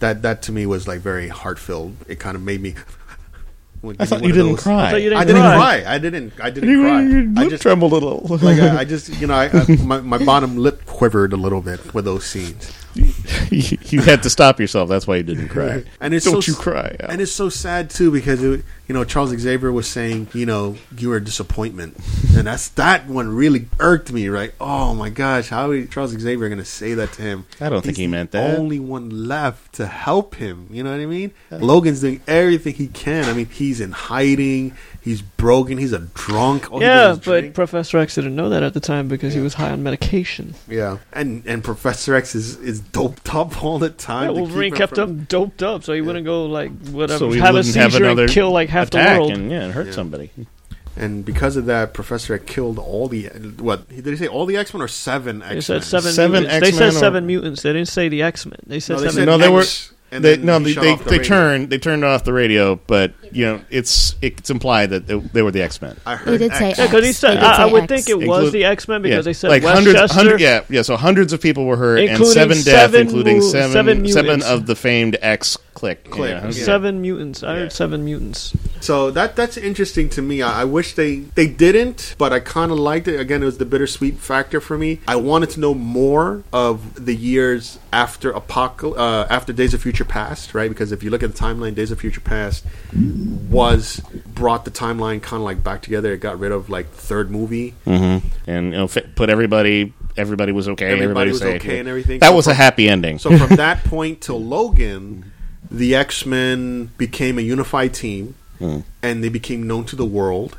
that that to me was like very heartfelt. It kind of made me. I thought you didn't cry. I thought you didn't I didn't cry. cry. I didn't. I didn't You- cry. your I lip just trembled a little. like I, I just you know I, I, my my bottom lip quivered a little bit with those scenes. you you had to stop yourself. That's why you didn't cry. And it's don't so, you cry? Al. And it's so sad too because it, you know Charles Xavier was saying you know you were a disappointment, and that's that one really irked me. Right? Oh my gosh, how is Charles Xavier going to say that to him? I don't think he the meant that. Only one left to help him. You know what I mean? Logan's doing everything he can. I mean, he's in hiding. He's broken. He's a drunk. All he yeah, does is but drink. Professor X didn't know that at the time because he was high on medication. Yeah, and and Professor X is is doped up all the time. Yeah, to keep Wolverine him kept from- him doped up so he wouldn't go like whatever, so we have a wouldn't seizure have another and kill like half the attack world. and yeah, and hurt Yeah. somebody. and because of that, Professor X killed all the what did he say? All the X Men or seven X Men? They said seven. Seven mutants. they X-Men said or- seven mutants. They didn't say the X Men. They said No, they seven. said No, they were- X, and They, then no, he they shut they, off the they radio. turned they turned off the radio, but you know it's it's implied that they, they were the X Men. I heard They did say X. Yeah, because he X. said They did I, I say would X. think it Include- was the X Men because yeah. they said like Westchester. hundreds, hundred, yeah, yeah. So hundreds of people were hurt, and Including seven death, seven including mu- seven seven mutants. of the famed X click. Click, Yeah. yeah. Seven mutants. I Yeah. heard seven mutants. So that that's interesting to me. I, I wish they they didn't, but I kind of liked it. Again, it was the bittersweet factor for me. I wanted to know more of the years after Apocal- uh, after Days of Future Past, right? Because if you look at the timeline, Days of Future Past was brought the timeline kind of like back together. It got rid of like third movie. Mm-hmm. And you know, fit, put everybody. Everybody was okay. Everybody Everybody, was safe. okay and everything. That So was a from- happy ending. So from that point till Logan, the X Men became a unified team, and they became known to the world,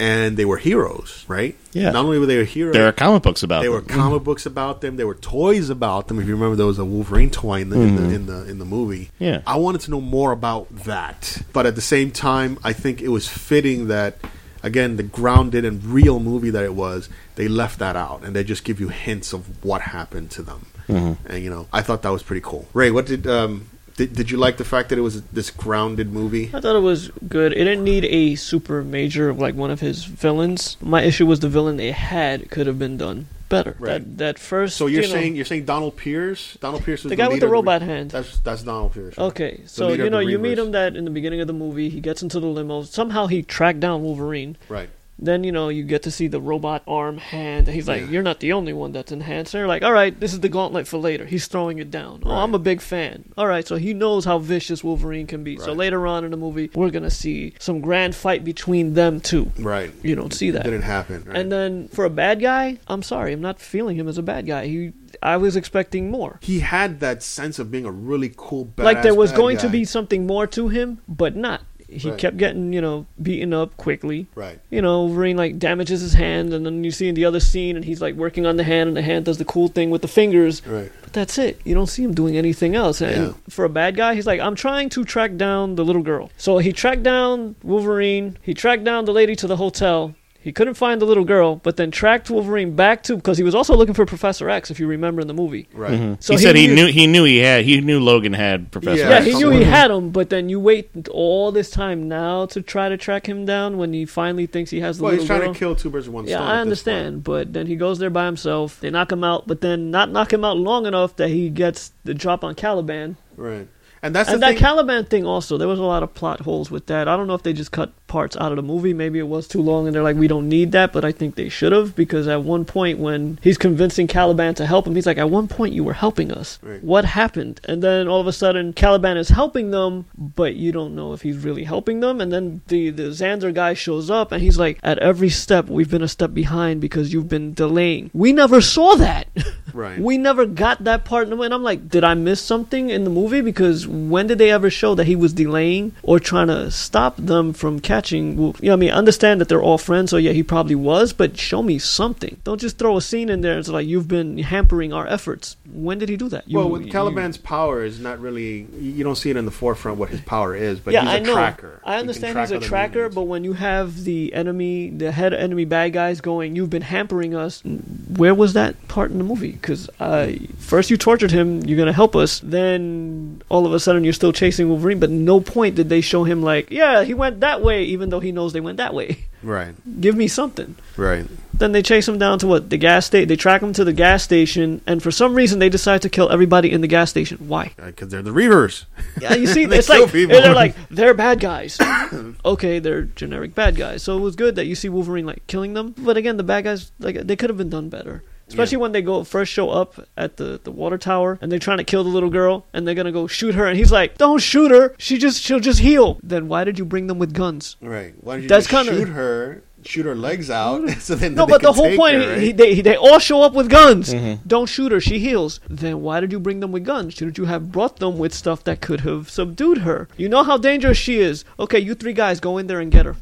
and they were heroes, right? Yeah. Not only were they a hero, there are comic books about. there were them. comic books about them. There were toys about them. If you remember, there was a Wolverine toy in the, in, the in the in the movie. Yeah. I wanted to know more about that, but at the same time, I think it was fitting that. Again, the grounded and real movie that it was, they left that out, and they just give you hints of what happened to them. And you know, I thought that was pretty cool. Ray, what did um, Did, did you like the fact that it was this grounded movie? I thought it was good. It didn't need a super major like one of his villains. My issue was the villain they had could have been done better. Right. That that first. So you're you know- saying you're saying Donald Pierce? Donald Pierce is the guy with the leader of robot hand. That's that's Donald Pierce. Okay, so you leader of the know you meet Reavers. him that in the beginning of the movie. He gets into the limo. Somehow he tracked down Wolverine. Right. Then you know you get to see the robot arm hand. And he's like, Yeah. "You're not the only one that's enhanced." They're like, "All right, this is the gauntlet for later." He's throwing it down. Oh, Right. I'm a big fan. All right, so he knows how vicious Wolverine can be. So Right. later on in the movie, we're gonna see some grand fight between them two. Right. You don't see that. Didn't happen. Right. And uh, then for a bad guy, I'm sorry, I'm not feeling him as a bad guy. He, I was expecting more. he had that sense of being a really cool badass like there was bad going to guy. be something more to him, but not. He Right. kept getting, you know, beaten up quickly. Right. You know, Wolverine like damages his hand, and then you see in the other scene, and he's like working on the hand, and the hand does the cool thing with the fingers. Right. But that's it. You don't see him doing anything else. And Yeah. for a bad guy, he's like, I'm trying to track down the little girl. So he tracked down Wolverine. He tracked down the lady to the hotel. He couldn't find the little girl, but then tracked Wolverine back to because he was also looking for Professor X, if you remember in the movie. Right. So he, said he knew he knew he had he knew Logan had Professor. Yeah. Yeah, X. he knew Someone he who- had him, but then you wait all this time now to try to track him down when he finally thinks he has the Well, little he's trying girl. to kill two birds with one yeah, stone. I at this point. understand, but then he goes there by himself. They knock him out, but then not knock him out long enough that he gets the drop on Caliban. Right. And that's and the that thing. Caliban thing also, there was a lot of plot holes with that. I don't know if they just cut parts out of the movie. Maybe it was too long and they're like, we don't need that, but I think they should have because at one point when he's convincing Caliban to help him, he's like, at one point you were helping us. Right. What happened? And then all of a sudden Caliban is helping them, but you don't know if he's really helping them. And then the, the Xander guy shows up and he's like, at every step, we've been a step behind because you've been delaying. We never saw that. Right. We never got that part. in the- And I'm like, did I miss something in the movie? Because when did they ever show that he was delaying or trying to stop them from catching? Wolf? You know, what I mean, I understand that they're all friends, so yeah, he probably was, but show me something. Don't just throw a scene in there. It's like you've been hampering our efforts. When did he do that? You- well, with you- Caliban's power is not really. You don't see it in the forefront what his power is, but yeah, he's a I know. tracker. He I can understand track he's a other tracker, mutants. but when you have the enemy, the head enemy bad guys going, you've been hampering us. Where was that part in the movie? Because uh, first you tortured him, you're gonna help us. Then all of a sudden you're still chasing Wolverine, but no point did they show him like, yeah, he went that way, even though he knows they went that way. Right. Give me something. Right. Then they chase him down to what the gas station. They track him to the gas station, and for some reason they decide to kill everybody in the gas station. Why? Because Uh, they're the Reavers. Yeah, you see, They it's kill like people. and they're like they're bad guys. okay, they're generic bad guys. So it was good that you see Wolverine like killing them. But again, the bad guys like they could have been done better. Especially when they go first show up at the, the water tower and they're trying to kill the little girl and they're gonna go shoot her and he's like, "Don't shoot her. She just she'll just heal." Then why did you bring them with guns? Right. Why don't you That's just kinda- shoot her, shoot her legs out, so then No, they but the can whole take point her, he, right? Mm-hmm. they they all show up with guns. Don't shoot her; she heals. Then why did you bring them with guns? Shouldn't you have brought them with stuff that could have subdued her? You know how dangerous she is. Okay, you three guys go in there and get her.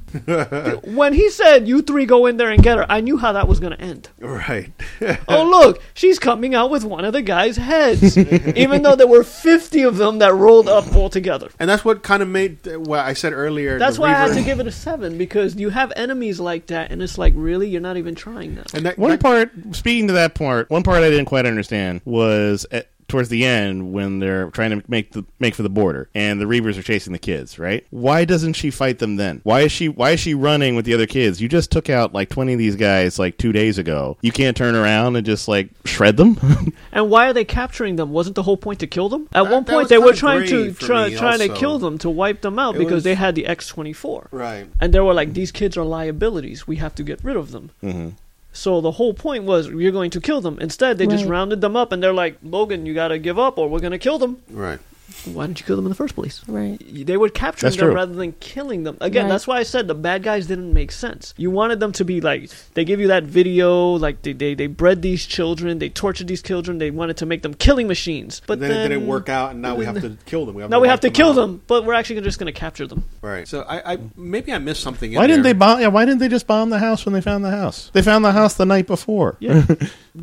when he said you three go in there and get her, I knew how that was going to end. Right. oh look, she's coming out with one of the guys' heads, even though there were fifty of them that rolled up all together. and that's what kind of made uh, what I said earlier. That's the why I had Reaver- to give it a seven because you have enemies like that, and it's like really you're not even trying now. And that, One that- part, speaking to that part, one part I didn't quite understand was at, towards the end when they're trying to make the make for the border and the Reavers are chasing the kids. Right? Why doesn't she fight them then? Why is she Why is she running with the other kids? You just took out like twenty of these guys like two days ago. You can't turn around and just like shred them. And why are they capturing them? Wasn't the whole point to kill them? At That- one that point, was they were kinda trying to grave for try, me trying to also. kill them to wipe them out It because was- they had the X twenty four, Right. and they were like, "These kids are liabilities. We have to get rid of them." Mm-hmm. So the whole point was, you're going to kill them. Instead, they just Right. rounded them up, and they're like, "Logan, you got to give up, or we're going to kill them." Right. Why didn't you kill them in the first place? Right. They were capturing That's them true. rather than killing them. Again, Right. that's why I said the bad guys didn't make sense. You wanted them to be like they give you that video, like they they, they bred these children, they tortured these children, they wanted to make them killing machines. But then, then, it didn't work out, and now we have to kill them. Now we have to wipe kill out. them, but we're actually just going to capture them. Right. So I, I maybe I missed something. why didn't they there. bomb? Yeah, why didn't they just bomb the house when they found the house? They found the house the night before. Yeah,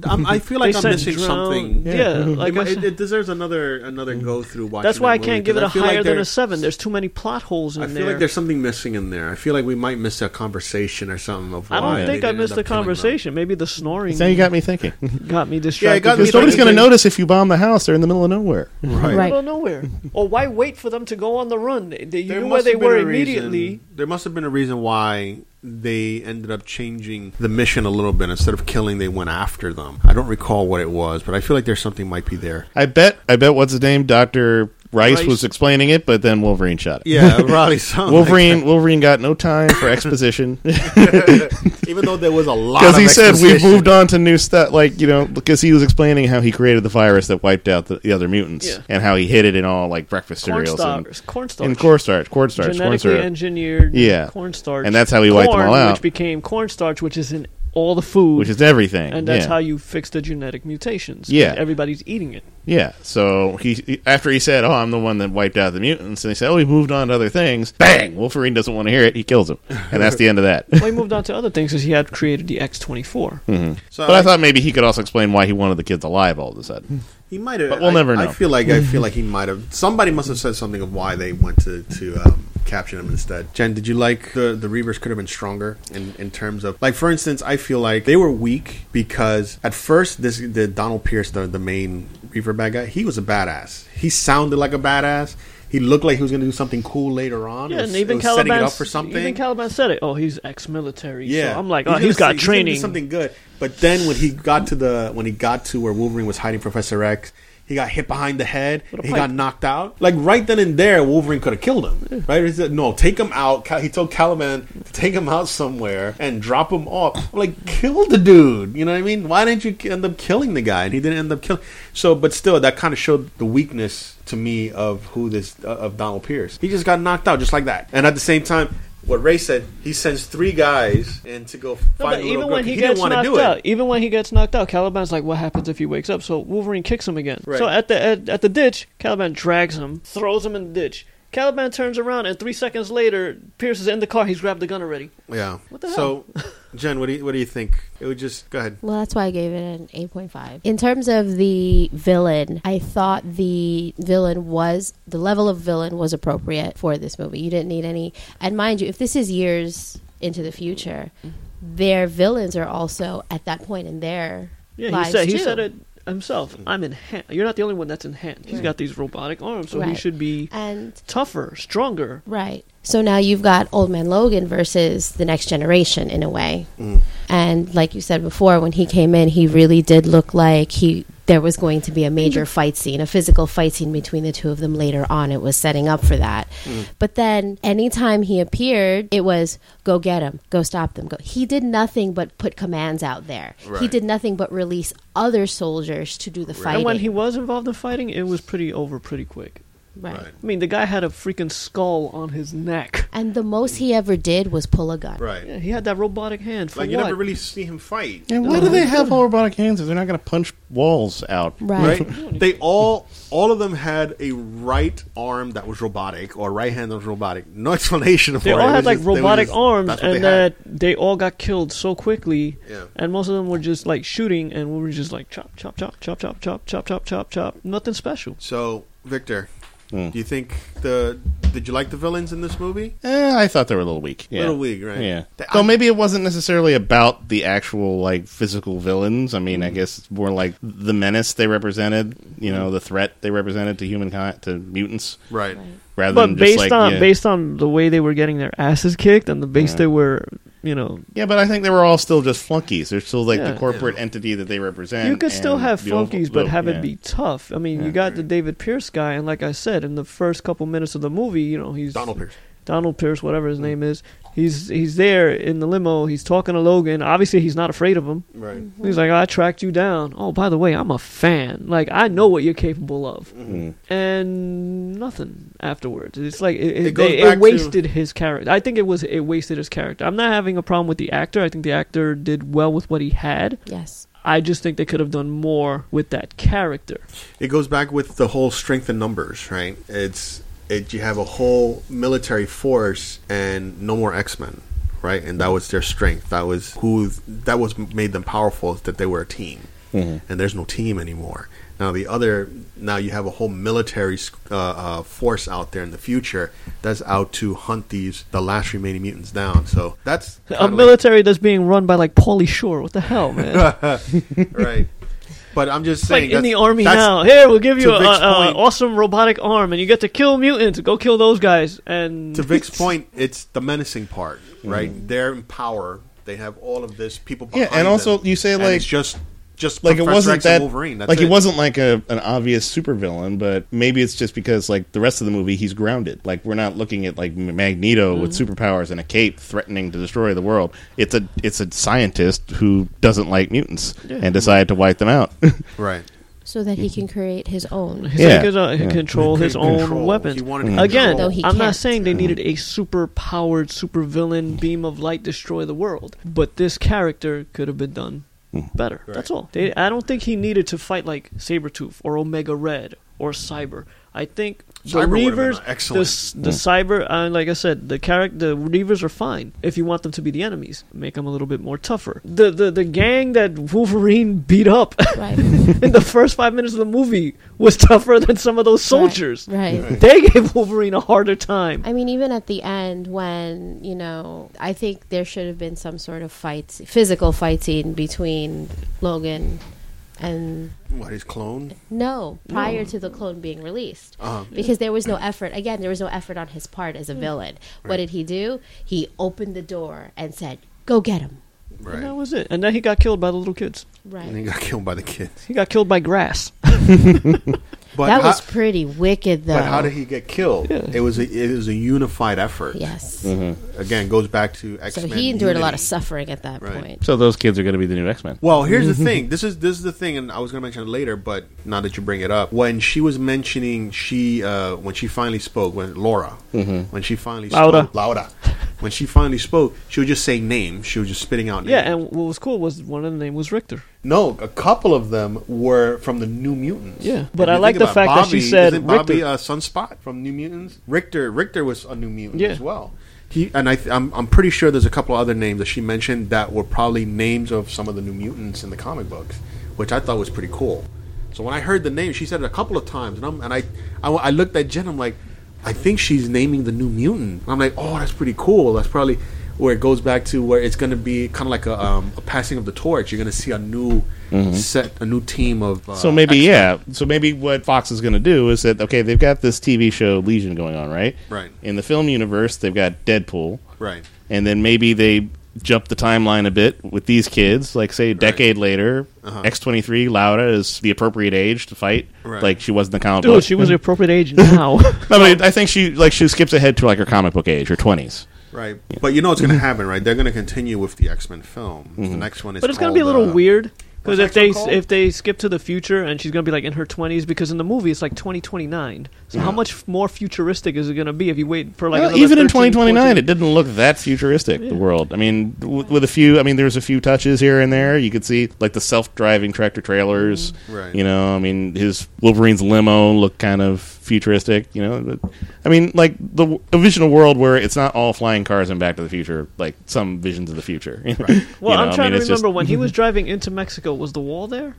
I'm, I feel like They I'm said missing drown- something. Yeah, Yeah. like I it, said, it deserves another another go through. watching. That's why that I can't movie, give it 'cause a I feel like higher than there- a seven. There's too many plot holes in I feel there. like there's something missing in there. I feel like we might miss a conversation or something. Of I why don't they think I didn't missed end the up killing them. conversation. Maybe the snoring Now you got me thinking. got me distracted. got me because Because nobody's like I going to think- notice if you bomb the house. They're in the middle of nowhere. Right. Right. out of nowhere. or why wait for them to go on the run? They, they, you There knew where must they have been were a reason- immediately. there must have been a reason why they ended up changing the mission a little bit. Instead of killing, they went after them. I don't recall what it was, but I feel like there's something might be there. I bet. I bet. What's his name? Doctor Rice, Rice. was explaining it, but then Wolverine shot it. Yeah, probably Oh, something. like Wolverine. Wolverine got no time for exposition that. even though there was a lot. because Because he said we've moved on to new stuff. Like you know, because he was explaining how he created the virus that wiped out the, the other mutants Yeah. and how he hid it in all like breakfast Corn cereals and, starch. Corn starch. and cornstarch, cornstarch, corn Genetically syrup. engineered Yeah. cornstarch. And that's how he wiped them corn, all out. Which became cornstarch, which is in all the food. which is everything. and that's yeah. how you fix the genetic mutations. Yeah. Everybody's eating it. Yeah. So he- he after he said, "Oh, I'm the one that wiped out the mutants," and he said, "Oh, we moved on to other things." Bang! Wolverine doesn't want to hear it. He kills him, and that's the end of that. Well, he moved on to other things because he had created the X24. Hmm. So but I thought maybe he could also explain why he wanted the kids alive all of a sudden. he might have. but we'll I, never I know. feel like I feel like he might have. Somebody must have said something of why they went to to um, capture him instead. Jen, did you like the the Reavers could have been stronger in in terms of like for instance, I feel like they were weak because at first this the Donald Pierce, the the main Reaver bad guy, he was a badass. He sounded like a badass. He looked like he was going to do something cool later on. It Yeah, was- and it even was setting Caliban, it up for something. even Caliban said it. Oh, he's ex-military. Yeah, so I'm like, oh, He's gonna he's say- got he's gonna do training. something good. But then when he got to the when he got to where Wolverine was hiding Professor X, he got hit behind the head. With a He pipe. got knocked out. Like right then and there, Wolverine could have killed him. Right? He said, "No, take him out." Cal- He told Caliban to take him out somewhere and drop him off. I'm like, kill the dude. You know what I mean? Why didn't you end up killing the guy? And he didn't end up killing. So, but still, that kind of showed the weakness to me of who this uh, of Donald Pierce. He just got knocked out just like that. And at the same time, what Ray said, he sends three guys and to go No, find but the little even girl. when he, he gets didn't want to knocked do out, it. even when he gets knocked out, Caliban's like, "What happens if he wakes up?" So Wolverine kicks him again. Right. So at the at, at the ditch, Caliban drags him, throws him in the ditch. Caliban turns around, and three seconds later, Pierce is in the car. He's grabbed the gun already. Yeah. What the so, Jen, what do you what do you think? It would just go ahead. Well, that's why I gave it an 8.5. In terms of the villain, I thought the villain was, the level of villain was appropriate for this movie. You didn't need any, and mind you, if this is years into the future, their villains are also at that point in their Yeah, lives he said too. he said it himself. I'm in hand. You're not the only one that's in hand. He's Right. got these robotic arms, so he Right. should be And tougher, stronger. Right. So now you've got Old Man Logan versus the next generation in a way. And like you said before, when he came in, he really did look like he there was going to be a major fight scene, a physical fight scene between the two of them later on. It was setting up for that. But then anytime he appeared, it was go get him, go stop them. Go. He did nothing but put commands out there. He Right. did nothing but release other soldiers to do the fighting. And when he was involved in fighting, it was pretty over pretty quick. right. I mean, the guy had a freaking skull on his neck. And the most he ever did was pull a gun. Right. Yeah, he had that robotic hand for Like you what? never really see him fight. And why do they have all robotic hands if they're not going to punch walls out? Right. Right? they all all of them had a right arm that was robotic or right hand that was robotic. No explanation for they it. all It had was like just- they were robotic just- arms, that's what and they had. that they all got killed so quickly. Yeah. And most of them were just like shooting, and we were just like chop, chop, chop, chop, chop, chop, chop, chop, chop, chop. Nothing special. So, Victor, Mm. do you think the did you like the villains in this movie? Eh, I thought they were a little weak. Yeah. Little weak, right? Yeah. Th- So I- maybe it wasn't necessarily about the actual like physical villains. I mean, I guess it's more like the menace they represented. You know, the threat they represented to humankind, to mutants, Right. rather But than just based like on yeah. based on the way they were getting their asses kicked, and the base Yeah. they were, you know, Yeah, but I think they were all still just flunkies. They're still like Yeah. the corporate entity that they represent. you could still and have the oval- flunkies, but the- have yeah. it be tough. I mean, you got the David Pierce guy, and like I said, in the first couple minutes of the movie, you know, he's Donald Pierce. Donald Pierce, whatever Mm. his name is. He's he's there in the limo. He's talking to Logan. Obviously, he's not afraid of him. Right. He's like, I tracked you down. Oh, by the way, I'm a fan. Like, I know what you're capable of. And nothing afterwards. It's like it, it, Mm-hmm. It goes they- back it to- wasted his character. I think it was it wasted his character. I'm not having a problem with the actor. I think the actor did well with what he had. Yes. I just think they could have done more with that character. It goes back with the whole strength in numbers, right? It's it you have a whole military force and no more X Men, right? And that was their strength. That was who that was made them powerful is that they were a team. Mm-hmm. and there's no team anymore. Now the other, now you have a whole military uh, uh, force out there in the future that's out to hunt these the last remaining mutants down. So that's A kinda like- military that's being run by like Paulie Shore. What the hell, man? right? But I'm just like saying, in that's- the army that's- now. Here, we'll give to you an Vic's point- awesome robotic arm, and you get to kill mutants. Go kill those guys. And to Vic's point, it's the menacing part, right? They're in power. They have all of this people. Yeah, Behind and also them, you say, and like- it's just just like it Professor wasn't X and that Wolverine. That's like it. it wasn't like a an obvious supervillain, but maybe it's just because like the rest of the movie he's grounded. Like we're not looking at like M- Magneto with Mm-hmm. superpowers and a cape threatening to destroy the world. It's a it's a scientist who doesn't like mutants and decided to wipe them out. right. so that he can create his own. He's yeah. Yeah. he could, uh, Yeah. control his Control. own He weapons. wanted to Again, control. Though he I'm not can't. saying they needed a super powered super villain beam of light destroy the world, but this character could have been done better. That's all. They, I don't think he needed to fight like Sabretooth or Omega Red or Cyber. I think the Cyber would've been Reavers, excellent. the, s- the Cyber, uh, like I said, the character, the Reavers are fine. If you want them to be the enemies, make them a little bit more tougher. The the, the gang that Wolverine beat up Right. in the first five minutes of the movie was tougher than some of those soldiers. Right. right. They gave Wolverine a harder time. I mean, even at the end, when you know, I think there should have been some sort of fight, physical fight scene between Logan and What his clone? no, prior to the clone being released, Uh-huh. Hmm. because there was no effort. Again, there was no effort on his part as a villain. What did he do? He opened the door and said, "Go get him!" Right. And that was it. And then he got killed by the little kids. and he Right. got killed by the kids. He got killed by grass. But that how, was pretty wicked, though. but how did he get killed? Yeah. It was a, it was a unified effort. Yes. Mm-hmm. Again, goes back to X So Men. he endured a lot of suffering at that Right. point. so those kids are going to be the new X Men. Well, here's the Mm-hmm. thing. This is this is the thing, and I was going to mention it later, but now that you bring it up, when she was mentioning she uh, when she finally spoke, when Laura, when she finally Mm-hmm. Laura. spoke, Laura, when she finally spoke, she was just saying names. She was just spitting out names. Yeah, and what was cool was one of the name was Richter. no, a couple of them were from the New Mutants. Yeah. But If I you like think the about fact that she Bobby- said isn't Bobby Richter. uh, Sunspot from New Mutants. Richter Richter was a New Mutant Yeah. as well. He and I th- I'm, I'm pretty sure there's a couple other names that she mentioned that were probably names of some of the New Mutants in the comic books, which I thought was pretty cool. So when I heard the name, she said it a couple of times, and I'm and I I, I looked at Jen. I'm like, I think she's naming the New Mutant. I'm like, oh, that's pretty cool. That's probably where it goes back to where it's going to be kind of like a, um, a passing of the torch. You're going to see a new set, a new team of. Uh, So maybe yeah. So maybe what Fox is going to do is that okay, they've got this TV show Legion going on, right? Right. In the film universe, they've got Deadpool. right. and then maybe they jump the timeline a bit with these kids like say a decade later Uh-huh. x23 lauda is the appropriate age to fight Right. like she was in the comic Dude, book she was the appropriate age now. No, but i think she like she skips ahead to like her comic book age her 20s Right, but you know what's going to happen, right? They're going to continue with the X Men film. The next one is, but it's gonna called, be a little uh, weird. Because if what's that they show called? if they skip to the future and she's gonna be like in her twenties, because in the movie it's like twenty twenty nine. So how much more futuristic is it gonna be if you wait for like Well, another even in 13, 2029 14 it didn't look that futuristic the world i mean w- with a few i mean there's a few touches here and there you could see like the self-driving tractor trailers Mm-hmm. Right. you know i mean his wolverine's limo looked kind of futuristic you know but- i mean like the w- a vision of world where it's not all flying cars in back to the future like some visions of the future Well, You know, I'm I trying mean, to it's just- remember when he was driving into Mexico. Was the wall there?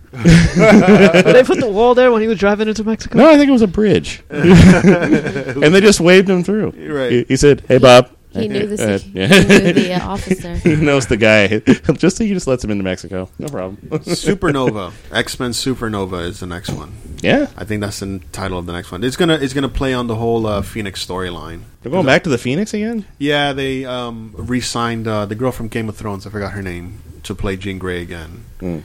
Did they put the wall there when he was driving into Mexico? no i think it was a bridge and they just waved him through Right. he, he said hey bob He knew the, Uh, sec- yeah. he knew the uh, officer. he knows the guy just he just lets him into mexico no problem Supernova. X Men Supernova is the next one. Yeah, I think that's the title of the next one. It's gonna it's gonna play on the whole uh, Phoenix storyline. they're going back to the Phoenix again. Yeah, they um, re-signed uh, the girl from Game of Thrones. I forgot her name to play Jean Grey again.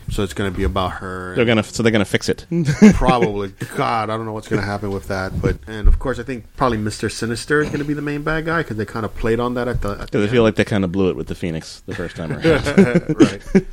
So it's gonna be about her. Mm. They're gonna, so they're gonna fix it. probably. God, I don't know what's going to happen with that. But and of course, I think probably Mister Sinister is going to be the main bad guy because they kind of played on that at the. At the Because I feel like they kind of blew it with the Phoenix the first time around. end. right.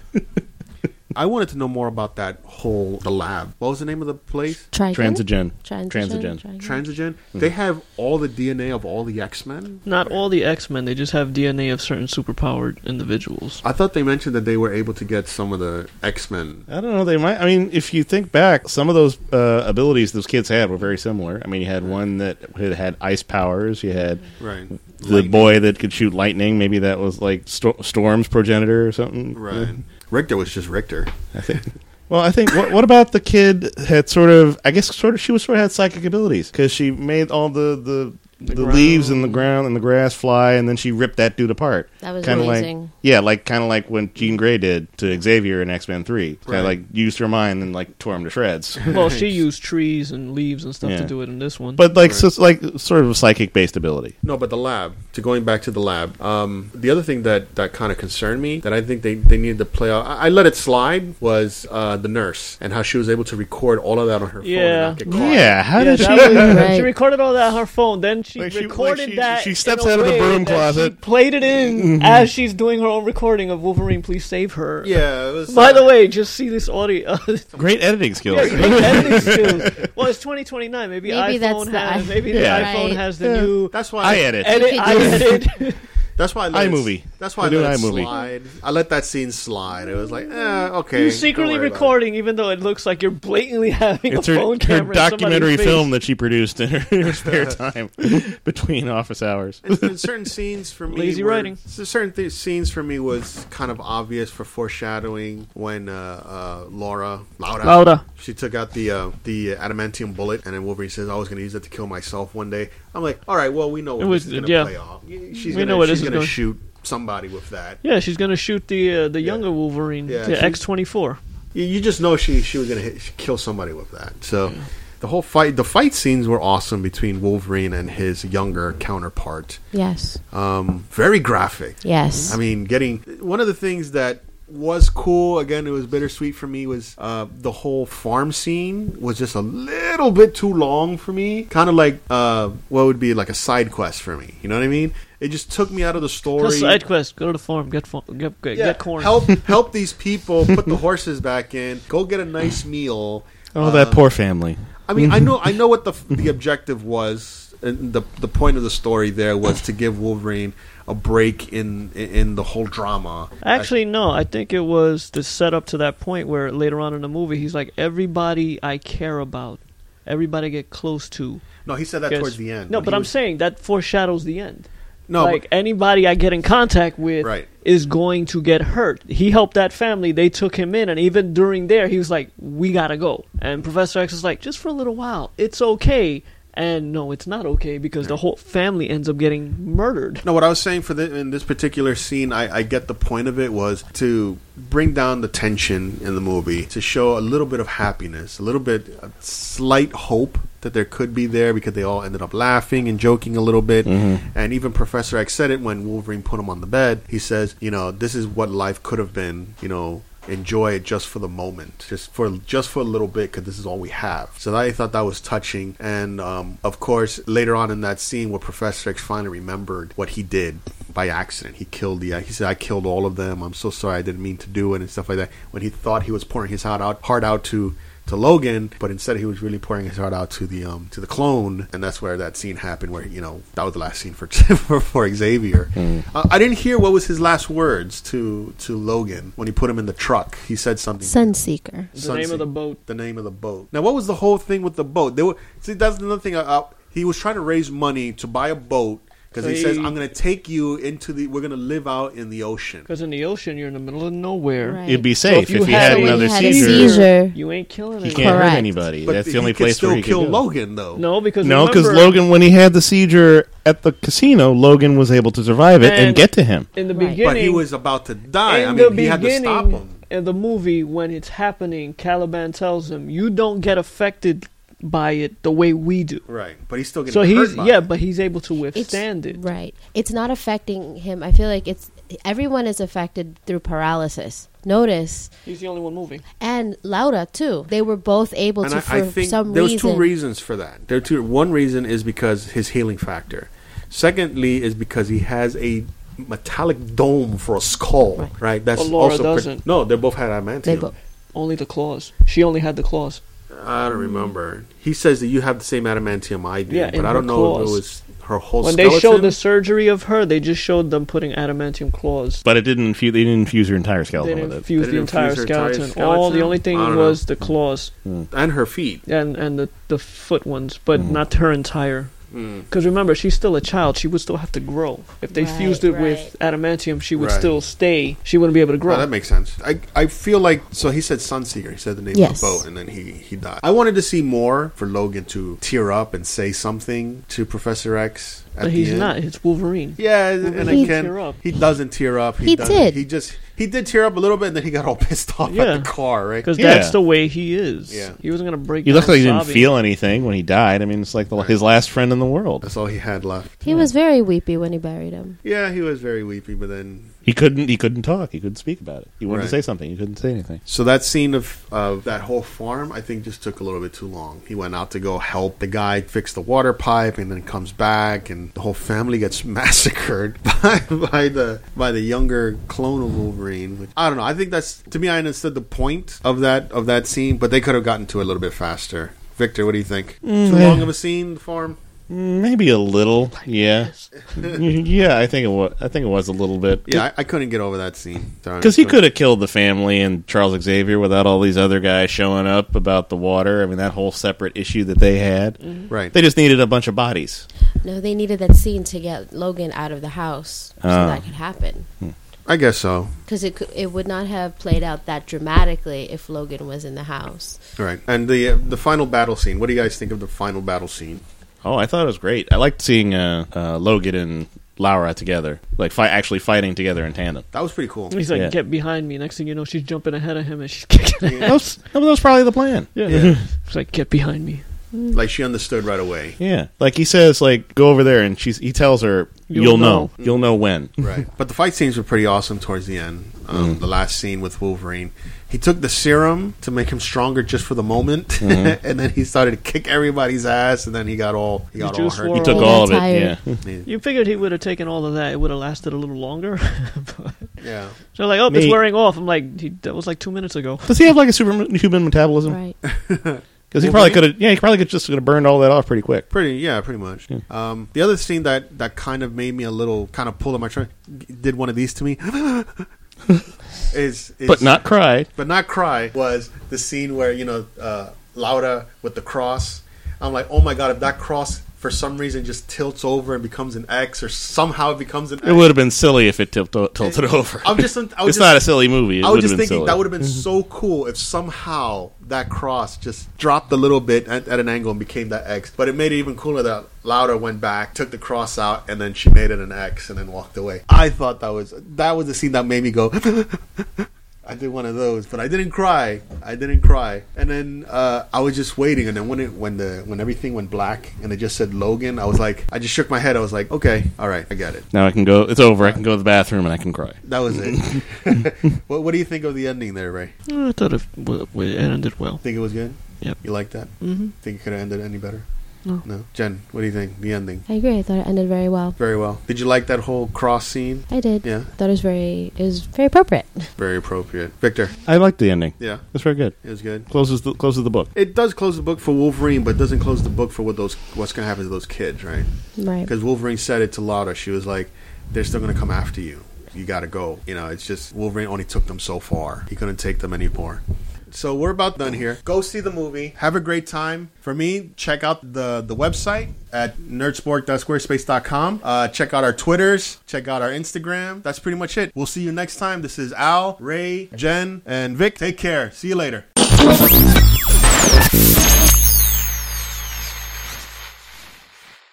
I wanted to know more about that whole the lab. What was the name of the place? Trigon? Transigen. Transigen. Transigen. Trigon. Transigen. They have all the DNA of all the X Men. Not all the X Men. They just have DNA of certain superpowered individuals. I thought they mentioned that they were able to get some of the X Men. I don't know. They might. I mean, if you think back, some of those uh, abilities those kids had were very similar. I mean, you had one that had, had ice powers. You had Right. the boy that could shoot lightning. Maybe that was like Sto- Storm's progenitor or something. Right. Richter was Mm-hmm. just Richter. I think. Well, I think what, what about the kid had sort of I guess sort of she was sort of had psychic abilities because she made all the the, the, The leaves in ground. the ground and the grass fly, and then she ripped that dude apart. That was Kinda like- amazing. yeah, like kind of like when Jean Grey did to Xavier in X Men Three. Kind Right. of like used her mind and like tore him to shreds. Well, she used trees and leaves and stuff Yeah. to do it in this one. But like so, like sort of a psychic based ability. No, but the lab. To going back to the lab. Um, the other thing that, that kind of concerned me that I think they, they needed to play out. I, I let it slide was uh, the nurse and how she was able to record all of that on her Yeah. phone. and not get caught. Yeah, how yeah, did that she? was- Right. she recorded all that on her phone. Then she Like she- like recorded she- that. she in steps a out of the way broom that she closet. Mm-hmm. played it in as she's doing her own recording of Wolverine. Please save her. Yeah. It was, uh, By the way, just see this audio. Great editing skills. Yeah, great editing skills. Well, it's 2029. Maybe, Maybe iPhone that's the has. i- maybe Yeah. the iPhone Right. has the Yeah. new That's why I edit. edit. If I you do- edit. That's why I let it- iMovie. That's why I They're let it doing iMovie. slide. I let that scene slide. It was like, eh, okay. you don't secretly worry about it. recording, even though it looks like you're blatantly having It's a her, phone her camera. in somebody's documentary face. film that she produced in her, her spare time between office hours. And, and certain scenes for me, Lazy were- writing. c- Certain th- scenes for me was kind of obvious for foreshadowing when uh, uh, Laura Laura Laura. she took out the uh, the adamantium bullet, and then Wolverine says, "I was going to use it to kill myself one day." I'm like, "All right, well, we know It what was- this is going to yeah. play off. Y- She's We going know where this to is going to going. shoot somebody with that. Yeah, she's gonna shoot the uh, the younger Wolverine, Yeah, the she- X twenty four. You, you just know she she was going to kill somebody with that. So." The whole fight, the fight scenes were awesome between Wolverine and his younger counterpart. Yes. Um, very graphic. Yes. I mean, getting one of the things that was cool again it was bittersweet for me was uh the whole farm scene was just a little bit too long for me kind of like uh what would be like a side quest for me you know what i mean it just took me out of the story Plus side quest. Go to the farm. Get farm, get, get, Yeah, get corn. help help these people put the horses back in go get a nice meal Oh, Uh, that poor family. I mean, I know, I know what the the objective was, and the the point of the story there was to give Wolverine a break in in the whole drama. Actually, no. I think it was the setup to that point where later on in the movie, he's like, "Everybody I care about, everybody I get close to." no, he said that gets-" towards the end. No, when but he I'm was- saying that foreshadows the end. no, like but- anybody I get in contact with Right. is going to get hurt. He helped that family. They took him in, and even during there, he was like, "We gotta go." And Professor X is like, "Just for a little while, it's okay." And no, it's not okay because the whole family ends up getting murdered. no, what I was saying for the, in this particular scene, I, I get the point of it was to bring down the tension in the movie to show a little bit of happiness, a little bit, a slight hope that there could be there because they all ended up laughing and joking a little bit. And even Professor X said it when Wolverine put him on the bed. He says, you know, this is what life could have been, you know, enjoy it just for the moment, just for just for a little bit, because this is all we have. So I thought that was touching, and um, of course, later on in that scene, where Professor X finally remembered what he did by accident, he killed the. uh, He said, "I killed all of them. I'm so sorry. I didn't mean to do it," and stuff like that. When he thought he was pouring his heart out, heart out to. To Logan, but instead he was really pouring his heart out to the um to the clone, and that's where that scene happened. Where you know that was the last scene for for, for Xavier. Hmm. Uh, I didn't hear what was his last words to to Logan when he put him in the truck. He said something. Sunseeker. The name of the Sunseeker. boat. The name of the boat. Now, what was the whole thing with the boat? They were see. That's another thing. I, I, he was trying to raise money to buy a boat because he So says, he- "I'm going to take you into the. We're going to live out in the ocean." Because in the ocean, you're in the middle of nowhere. Right. It'd be So safe if, he had- had, So when he another had a seizure. seizure- You ain't killing He anyone. can't Correct. hurt anybody. But That's he the only could place still where he kill could go. Logan, though. No, because No, because remember, Logan, when he had the seizure at the casino, Logan was able to survive it and, And- get to him. in the Right. But beginning, but he was about to die. in I the mean, he had to beginning stop him. in the movie when it's happening, Caliban tells him, "You don't get affected by it the way we do." Right, but he's still getting So hurt he's by yeah, it. but he's able to withstand it. Right. It's not affecting him. I feel like it's everyone is affected through paralysis. Notice He's the only one moving. and Laura too. They were both able and to I, for I think some there's reason. two reasons for that. There are two. One reason is because his healing factor. Secondly, is because he has a metallic dome for a skull. Right. That's But Laura also pre- doesn't. no. They both had adamantium. They both- Only the claws. She only had the claws. I don't remember. He says that you have the same adamantium I do, Yeah, but in I don't her know if it claws. was her whole. when Oh, skeleton. they showed the surgery of her, they just showed them putting adamantium claws. But it didn't infuse. They didn't infuse her entire They skeleton didn't with it. infuse They the didn't entire infuse her entire skeleton. All the skeleton? only thing I don't was the claws and her feet. Mm. and and the the foot ones, but not her entire Because remember, she's still a child. She would still have to grow. If they Right, fused it right. with adamantium, she would Right. still stay. She wouldn't be able to grow. Oh, that makes sense. I, I feel like so he said Sunseeker. He said the name Yes. of the boat, and then he he died. I wanted to see more for Logan to tear up and say something to Professor X. At but the he's end. not. It's Wolverine. Yeah, and, and He- again, Tear up. he doesn't tear up. He doesn't- did. He just he did tear up a little bit, and then he got all pissed off Yeah. at the car, right? Because Yeah. that's the way he is. Yeah. He wasn't gonna break. You look down like you didn't sobbing. feel anything when he died. I mean, it's like the, his last friend in the world. That's all he had left. He was very weepy when he buried him. Yeah, he was very weepy, but then He couldn't. He couldn't talk. He couldn't speak about it. He wanted to Right. say something. He couldn't say anything. so that scene of of that whole farm, I think, just took a little bit too long. He went out to go help the guy fix the water pipe, and then comes back, and the whole family gets massacred by by the by the younger clone of Wolverine. Which, I don't know. I think that's to me. I understood the point of that of that scene, but they could have gotten to it a little bit faster. Victor, what do you think? Too long of a scene, the farm. Maybe a little. Yeah. yeah. I think it was. I think it was a little bit. Yeah, I, I couldn't get over that scene Because he could have killed the family and Charles Xavier without all these other guys showing up about the water. I mean, that whole separate issue that they had. Mm-hmm. Right. They just needed a bunch of bodies. No, they needed that scene to get Logan out of the house so Oh. that could happen. I guess so. Because it, cou- it would not have played out that dramatically if Logan was in the house. Right. And the uh, the final battle scene. What do you guys think of the final battle scene? Oh, I thought it was great. I liked seeing uh, uh, Logan and Laura together, like fi- actually fighting together in tandem. That was pretty cool. He's like, Yeah. get behind me. Next thing you know, she's jumping ahead of him and she's kicking That him. was, that was probably the plan. Yeah. Yeah. It's like, get behind me. Like she understood right away. Yeah, like he says, like go over there, and she's he tells her, "You'll, You'll know. know. you'll know when." Right. But the fight scenes were pretty awesome towards the end. Um, The last scene with Wolverine, he took the serum to make him stronger just for the moment, and then he started to kick everybodydy's ass, and then he got all he got all just hurt. He swore took He all of got it. tired. Yeah, You figured he would have taken all of that. It would have lasted a little longer. but yeah. they're like, oh, it's Me- wearing off. I'm like, he, that was like two minutes ago. does he have like a superhuman metabolism? Right. Because he probably could have. Yeah, he probably could just could have burned all that off pretty quick. Pretty, yeah, pretty much. Um, the other scene that that kind of made me a little kind of pulled on my shirt, did one of these to me, is, is But not cry. but not cry was the scene where you know uh, Laura with the cross. I'm like, oh my god, if that cross for some reason just tilts over and becomes an X, or somehow it becomes an It would have been silly if it tilt- tilted over. I'm just- I was it's just- not a silly movie. It I would was have just been thinking silly. that would have been so cool if somehow that cross just dropped a little bit at, at an angle and became that X. But it made it even cooler that Lauda went back, took the cross out, and then she made it an X and then walked away. I thought that was that was the scene that made me go. I did one of those, but I didn't cry. I didn't cry, and then uh, I was just waiting. And then when it when the when everything went black and it just said Logan, I was like, I just shook my head. I was like, okay, all right, I got it. Now I can go. It's over. I can go to the bathroom and I can cry. That was it. what, what do you think of the ending there, Ray? Oh, I thought it, w- w- it ended well. Think it was good? Yep. You like that? hmm Think it could have ended any better? No. No. Jen, what do you think? The ending. I agree. I thought it ended very well. Very well. Did you like that whole cross scene? I did. Yeah. Thought it was very, it was very appropriate. Very appropriate. Victor. I liked the ending. Yeah. It's very good. It was good. Closes the closes the book. It does close the book for Wolverine, but it doesn't close the book for what those what's going to happen to those kids, right? Right. Because Wolverine said it to Lauda. She was like, "They're still going to come after you. You got to go." You know, it's just Wolverine only took them so far. He couldn't take them anymore. So we're about done here. Go see the movie. Have a great time. For me, check out the the website at nerdsport.squarespace.com. Uh, check out our Twitters. Check out our Instagram. That's pretty much it. We'll see you next time. This is Al, Ray, Jen, and Vic. Take care. See you later.